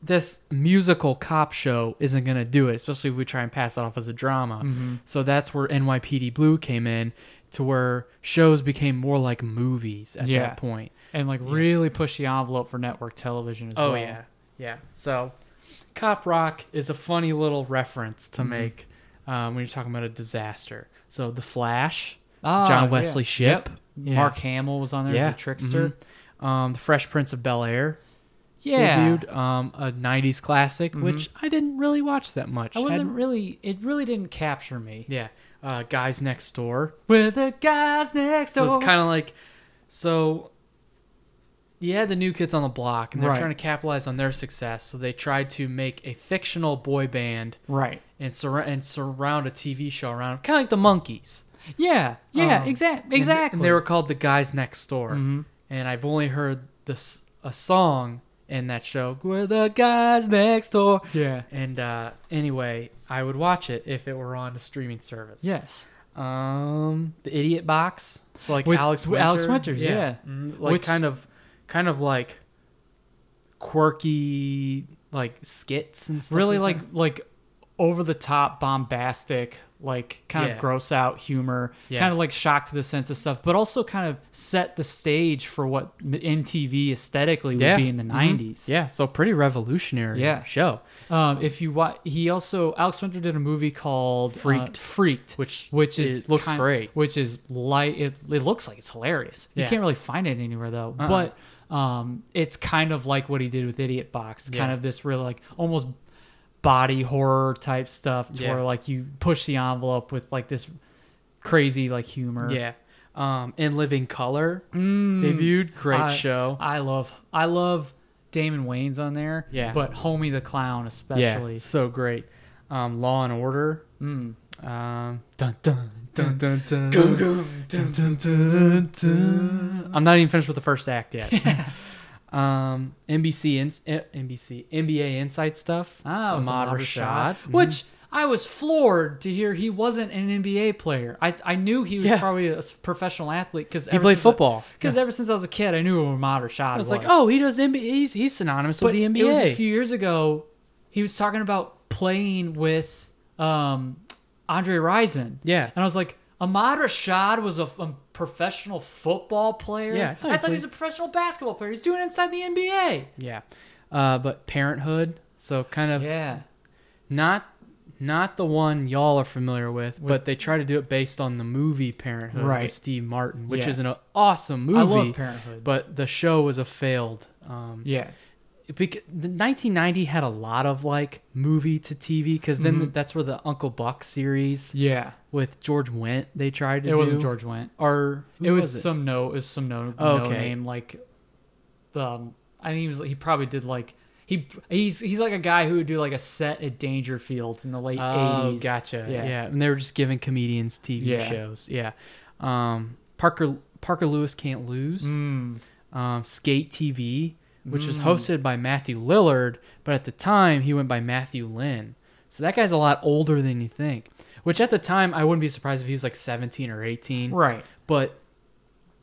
Speaker 6: this musical cop show isn't going to do it, especially if we try and pass it off as a drama. So that's where NYPD Blue came in to where shows became more like movies at
Speaker 5: Yeah.
Speaker 6: that point.
Speaker 5: and like really push the envelope for network television as well.
Speaker 6: Oh, Yeah. So Cop Rock is a funny little reference
Speaker 5: Mm-hmm.
Speaker 6: to make um, when you're talking about a disaster. So The Flash,
Speaker 5: Ah,
Speaker 6: John
Speaker 5: yeah.
Speaker 6: Wesley Ship. Yeah.
Speaker 5: Mark Hamill was on there as a trickster.
Speaker 6: mhm. Um, the Fresh Prince of Bel
Speaker 5: Mm-hmm.
Speaker 6: Air
Speaker 5: Yeah, Mm-hmm.
Speaker 6: debuted, um, a '90s classic, which I didn't really watch that much.
Speaker 5: I wasn't
Speaker 6: Hadn't-
Speaker 5: really. It really didn't capture me.
Speaker 6: yeah, uh, Guys Next Door.
Speaker 5: With the guys next
Speaker 6: So
Speaker 5: door.
Speaker 6: it's kind of like, so you had the new kids on the block, and they're
Speaker 5: Right.
Speaker 6: trying to capitalize on their success. So they tried to make a fictional boy band
Speaker 5: right.
Speaker 6: and, sur- and surround a TV show around, kind of like the Monkeys.
Speaker 5: Yeah, yeah,
Speaker 6: Um,
Speaker 5: exact,
Speaker 6: And-
Speaker 5: exactly. Mm-hmm.
Speaker 6: And they were called the Guys Next Door. And I've only heard this a song in that show. We're the guys next door.
Speaker 5: Yeah.
Speaker 6: And uh, anyway, I would watch it if it were on a streaming service.
Speaker 5: yes,
Speaker 6: Um, the Idiot Box. So like
Speaker 5: With-
Speaker 6: Alex
Speaker 5: with
Speaker 6: Winter.
Speaker 5: Alex Winters, yeah.
Speaker 6: Mm, like
Speaker 5: Which-
Speaker 6: kind of, kind of like quirky like skits and stuff.
Speaker 5: really
Speaker 6: like
Speaker 5: like
Speaker 6: that.
Speaker 5: like over the top, bombastic, like kind
Speaker 6: Yeah.
Speaker 5: of gross out humor,
Speaker 6: Yeah.
Speaker 5: kind of like shock to the sense of stuff, but also kind of set the stage for what m- MTV aesthetically would be in the
Speaker 6: Mhm.
Speaker 5: 90s.
Speaker 6: Yeah, so pretty revolutionary
Speaker 5: Yeah.
Speaker 6: show.
Speaker 5: Um, if you watch, he also Alex Winter did a movie called uh,
Speaker 6: Freaked.
Speaker 5: Freaked,
Speaker 6: Which
Speaker 5: which is
Speaker 6: is- looks
Speaker 5: kind-
Speaker 6: great.
Speaker 5: Which is light. It, it looks like it's hilarious.
Speaker 6: Yeah. Uh-uh.
Speaker 5: You can't really find it anywhere though. But um, it's kind of like what he did with Idiot Box. Kind
Speaker 6: Yeah.
Speaker 5: of this really like almost body horror type stuff, to
Speaker 6: Yeah.
Speaker 5: where like you push the envelope with like this crazy like humor.
Speaker 6: Yeah. Um, In Living Color debuted. Great
Speaker 5: Mm. I-
Speaker 6: show.
Speaker 5: I love. I love Damon Wayne's on there.
Speaker 6: Yeah.
Speaker 5: But Homie the Clown especially. Mm.
Speaker 6: yeah, so great. Um, Law and Order. Um, dun dun dun dun dun. Dun, dun, dun, dun. I'm not even finished with the first act yet. um, NBC, ins- eh, NBC, NBA Insight stuff.
Speaker 5: Ah, with
Speaker 6: Ahmad
Speaker 5: Ahmad
Speaker 6: Rashad.
Speaker 5: Rashad, which I was floored to hear he wasn't an NBA player. I I knew he was
Speaker 6: Yeah.
Speaker 5: probably a s- professional athlete because
Speaker 6: played football.
Speaker 5: Because ever since I was a kid, I knew who Ahmad Rashad
Speaker 6: I was
Speaker 5: was.
Speaker 6: like, oh, he does NBA. He's, he's synonymous
Speaker 5: but
Speaker 6: with the NBA.
Speaker 5: it was a few years ago. He was talking about playing with um, Andre Rison.
Speaker 6: Yeah.
Speaker 5: and I was like. Ahmad Rashad was a, f- um, professional football player.
Speaker 6: Yeah, I
Speaker 5: I
Speaker 6: thought
Speaker 5: thought,
Speaker 6: he
Speaker 5: he
Speaker 6: played-
Speaker 5: was a professional basketball player. He's doing it inside the NBA.
Speaker 6: yeah, uh, but Parenthood. So kind of
Speaker 5: Yeah,
Speaker 6: not not the one y'all are familiar with, but they try to do it based on the movie Parenthood with
Speaker 5: Right.
Speaker 6: Steve Martin, which
Speaker 5: Yeah.
Speaker 6: is an awesome movie.
Speaker 5: I love Parenthood.
Speaker 6: but the show was a failed. Um,
Speaker 5: yeah.
Speaker 6: bec- the 1990 had a lot of like movie to TV because then
Speaker 5: Mm-hmm.
Speaker 6: that's where the Uncle Buck series
Speaker 5: Yeah,
Speaker 6: with George Wendt they tried to
Speaker 5: it
Speaker 6: do.
Speaker 5: wasn't George Wendt.
Speaker 6: Or who
Speaker 5: it was,
Speaker 6: it? Oh,
Speaker 5: some no, it was some no, no
Speaker 6: Okay.
Speaker 5: name like, um, I think he was he probably did like he he's he's like a guy who would do like a set at Dangerfields in the late
Speaker 6: Oh,
Speaker 5: eighties.
Speaker 6: gotcha. Yeah.
Speaker 5: Yeah.
Speaker 6: and they were just giving comedians TV
Speaker 5: Yeah.
Speaker 6: shows. Yeah, um, Parker Parker Lewis can't lose. Um, Skate TV, which was hosted by Matthew Lillard, but at the time he went by Matthew Lynn. So that guy's a lot older than you think. Which at the time I wouldn't be surprised if he was like seventeen or eighteen.
Speaker 5: Right.
Speaker 6: But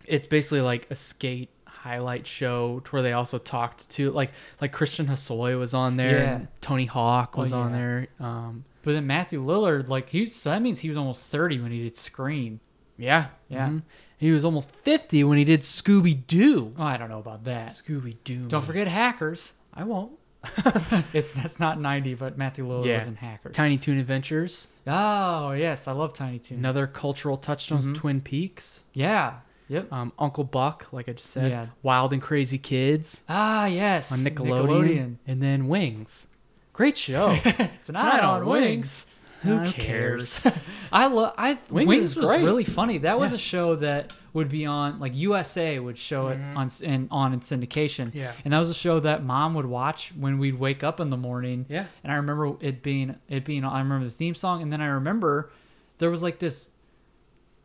Speaker 6: it's basically like a skate highlight show to where they also talked to like like Christian Hassoy was on there,
Speaker 5: Yeah. Oh,
Speaker 6: and Tony Hawk was on
Speaker 5: yeah.
Speaker 6: there. Um,
Speaker 5: But then Matthew Lillard, like he, so that means he was almost thirty when he did Scream.
Speaker 6: Yeah.
Speaker 5: Yeah.
Speaker 6: Mhm. He was almost 50 when he did Scooby Doo.
Speaker 5: Oh, I don't know about that.
Speaker 6: Scooby Doo.
Speaker 5: Don't forget Hackers.
Speaker 6: I won't.
Speaker 5: It's that's not ninety, but Matthew Lillard
Speaker 6: Yeah.
Speaker 5: was in Hackers.
Speaker 6: Tiny Toon Adventures.
Speaker 5: oh yes, I love Tiny Toons.
Speaker 6: Another cultural touchstones, Twin Peaks.
Speaker 5: Mm-hmm. yeah. Yep.
Speaker 6: Um, Uncle Buck, like I just said.
Speaker 5: Yeah.
Speaker 6: Wild and Crazy Kids
Speaker 5: Ah yes.
Speaker 6: on Nickelodeon. And then Wings. Great show.
Speaker 5: It's an eye on wings.
Speaker 6: Who
Speaker 5: Who
Speaker 6: cares?
Speaker 5: cares? I love. I
Speaker 6: Wings
Speaker 5: Wings,
Speaker 6: is
Speaker 5: was
Speaker 6: great.
Speaker 5: really funny. That was
Speaker 6: Yeah.
Speaker 5: a show that would be on like USA would show it on s- and on in syndication.
Speaker 6: Mm-hmm. Yeah.
Speaker 5: and that was a show that mom would watch when we'd wake up in the morning.
Speaker 6: Yeah.
Speaker 5: and I remember it being it being. I remember the theme song, and then I remember there was like this,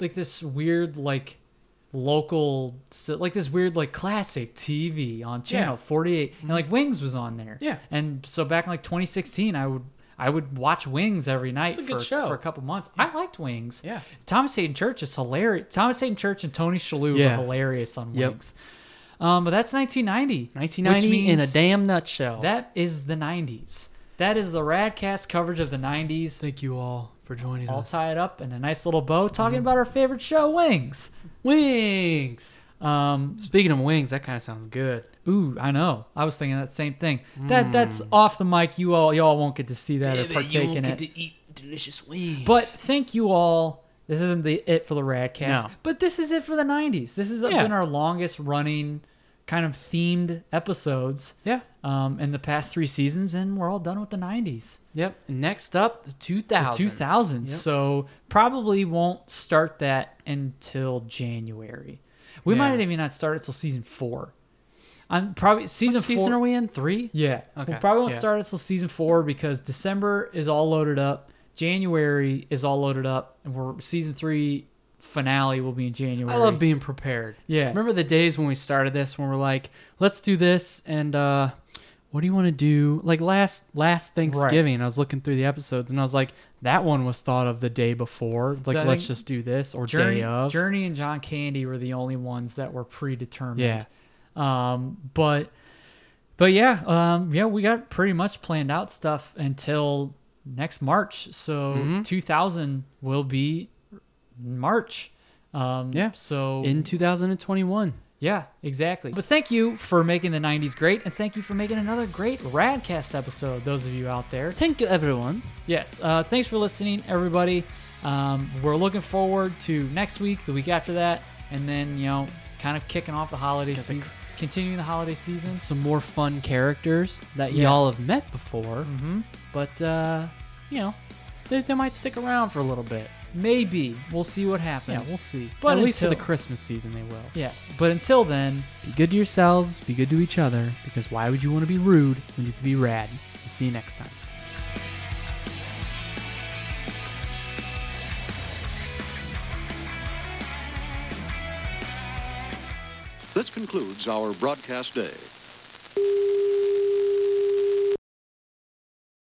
Speaker 5: like this weird like local so- like this weird like classic TV on channel
Speaker 6: Yeah. Mm-hmm.
Speaker 5: 48 and like Wings was on there.
Speaker 6: Yeah.
Speaker 5: And so back in like 2016 I would I would watch Wings every night
Speaker 6: It's a good
Speaker 5: for,
Speaker 6: show.
Speaker 5: for a couple months. I liked Wings.
Speaker 6: Yeah.
Speaker 5: Thomas Hayden Church is hilarious. Thomas Hayden Church and Tony Shalhoub
Speaker 6: Yeah.
Speaker 5: are hilarious on
Speaker 6: Yep.
Speaker 5: Wings. Um, but that's 1990.
Speaker 6: 1990
Speaker 5: which
Speaker 6: in a
Speaker 5: means
Speaker 6: damn nutshell.
Speaker 5: That is the 90s. That is the Radcast coverage of the 90s.
Speaker 6: Thank you Mm-hmm. all for joining
Speaker 5: All
Speaker 6: us.
Speaker 5: tied up in a nice little bow, talking about our favorite show, Wings.
Speaker 6: Wings.
Speaker 5: Um,
Speaker 6: Speaking of wings, that kind of sounds good.
Speaker 5: Ooh, I know. I was thinking that same thing. That that's
Speaker 6: Mm.
Speaker 5: off the mic. You all y'all won't get to see that or partake in it.
Speaker 6: to eat delicious wings.
Speaker 5: but thank you all. This isn't the it for the Radcast,
Speaker 6: No.
Speaker 5: but this is it for the '90s. This has
Speaker 6: Yeah.
Speaker 5: been our longest running kind of themed episodes
Speaker 6: yeah.
Speaker 5: um, in the past three seasons, and we're all done with the '90s,
Speaker 6: Yep. And Next up, the 2000s.
Speaker 5: 2000s.
Speaker 6: Yep.
Speaker 5: So probably won't start that until January. We
Speaker 6: Yeah.
Speaker 5: might even not start it till season four. I'm probably season
Speaker 6: What season
Speaker 5: four.
Speaker 6: are we in? Three?
Speaker 5: Yeah.
Speaker 6: Okay.
Speaker 5: We probably won't
Speaker 6: Yeah.
Speaker 5: start until season four because December is all loaded up. January is all loaded up, and we're season three finale will be in January.
Speaker 6: I love being prepared.
Speaker 5: Yeah.
Speaker 6: Remember the days when we started this when we're like, let's do this and uh what do you want to do? Like last last Thanksgiving, I was looking through the episodes and I was like, that one was thought of the day before. Like,
Speaker 5: I
Speaker 6: let's
Speaker 5: think
Speaker 6: just do this or
Speaker 5: Journey,
Speaker 6: day of.
Speaker 5: Journey and John Candy were the only ones that were predetermined.
Speaker 6: Yeah.
Speaker 5: Um, but but yeah, um, yeah, we got pretty much planned out stuff until next March. So
Speaker 6: Mm-hmm.
Speaker 5: 2000 will be March. Um,
Speaker 6: Yeah.
Speaker 5: So
Speaker 6: in 2021.
Speaker 5: yeah, exactly. But thank you for making the 90s great, and thank you for making another great Radcast episode. Those of you out there,
Speaker 6: Thank you, everyone.
Speaker 5: yes. Uh, thanks for listening, everybody. Um, we're looking forward to next week, the week after that, and then you know, kind of kicking off the holiday
Speaker 6: Get the
Speaker 5: season, continuing the holiday season.
Speaker 6: Some more fun characters that
Speaker 5: Yeah.
Speaker 6: y'all have met before, mm-hmm. but uh, you know, they, they might stick around for a little bit.
Speaker 5: Maybe we'll see what happens.
Speaker 6: Yeah, we'll see.
Speaker 5: But
Speaker 6: But at least for the
Speaker 5: until-
Speaker 6: Christmas season, they will.
Speaker 5: Yes, but until then,
Speaker 6: Be good to yourselves. Be good to each other. Because why would you want to be rude when you can be rad? We'll see you next time.
Speaker 1: This concludes our broadcast day.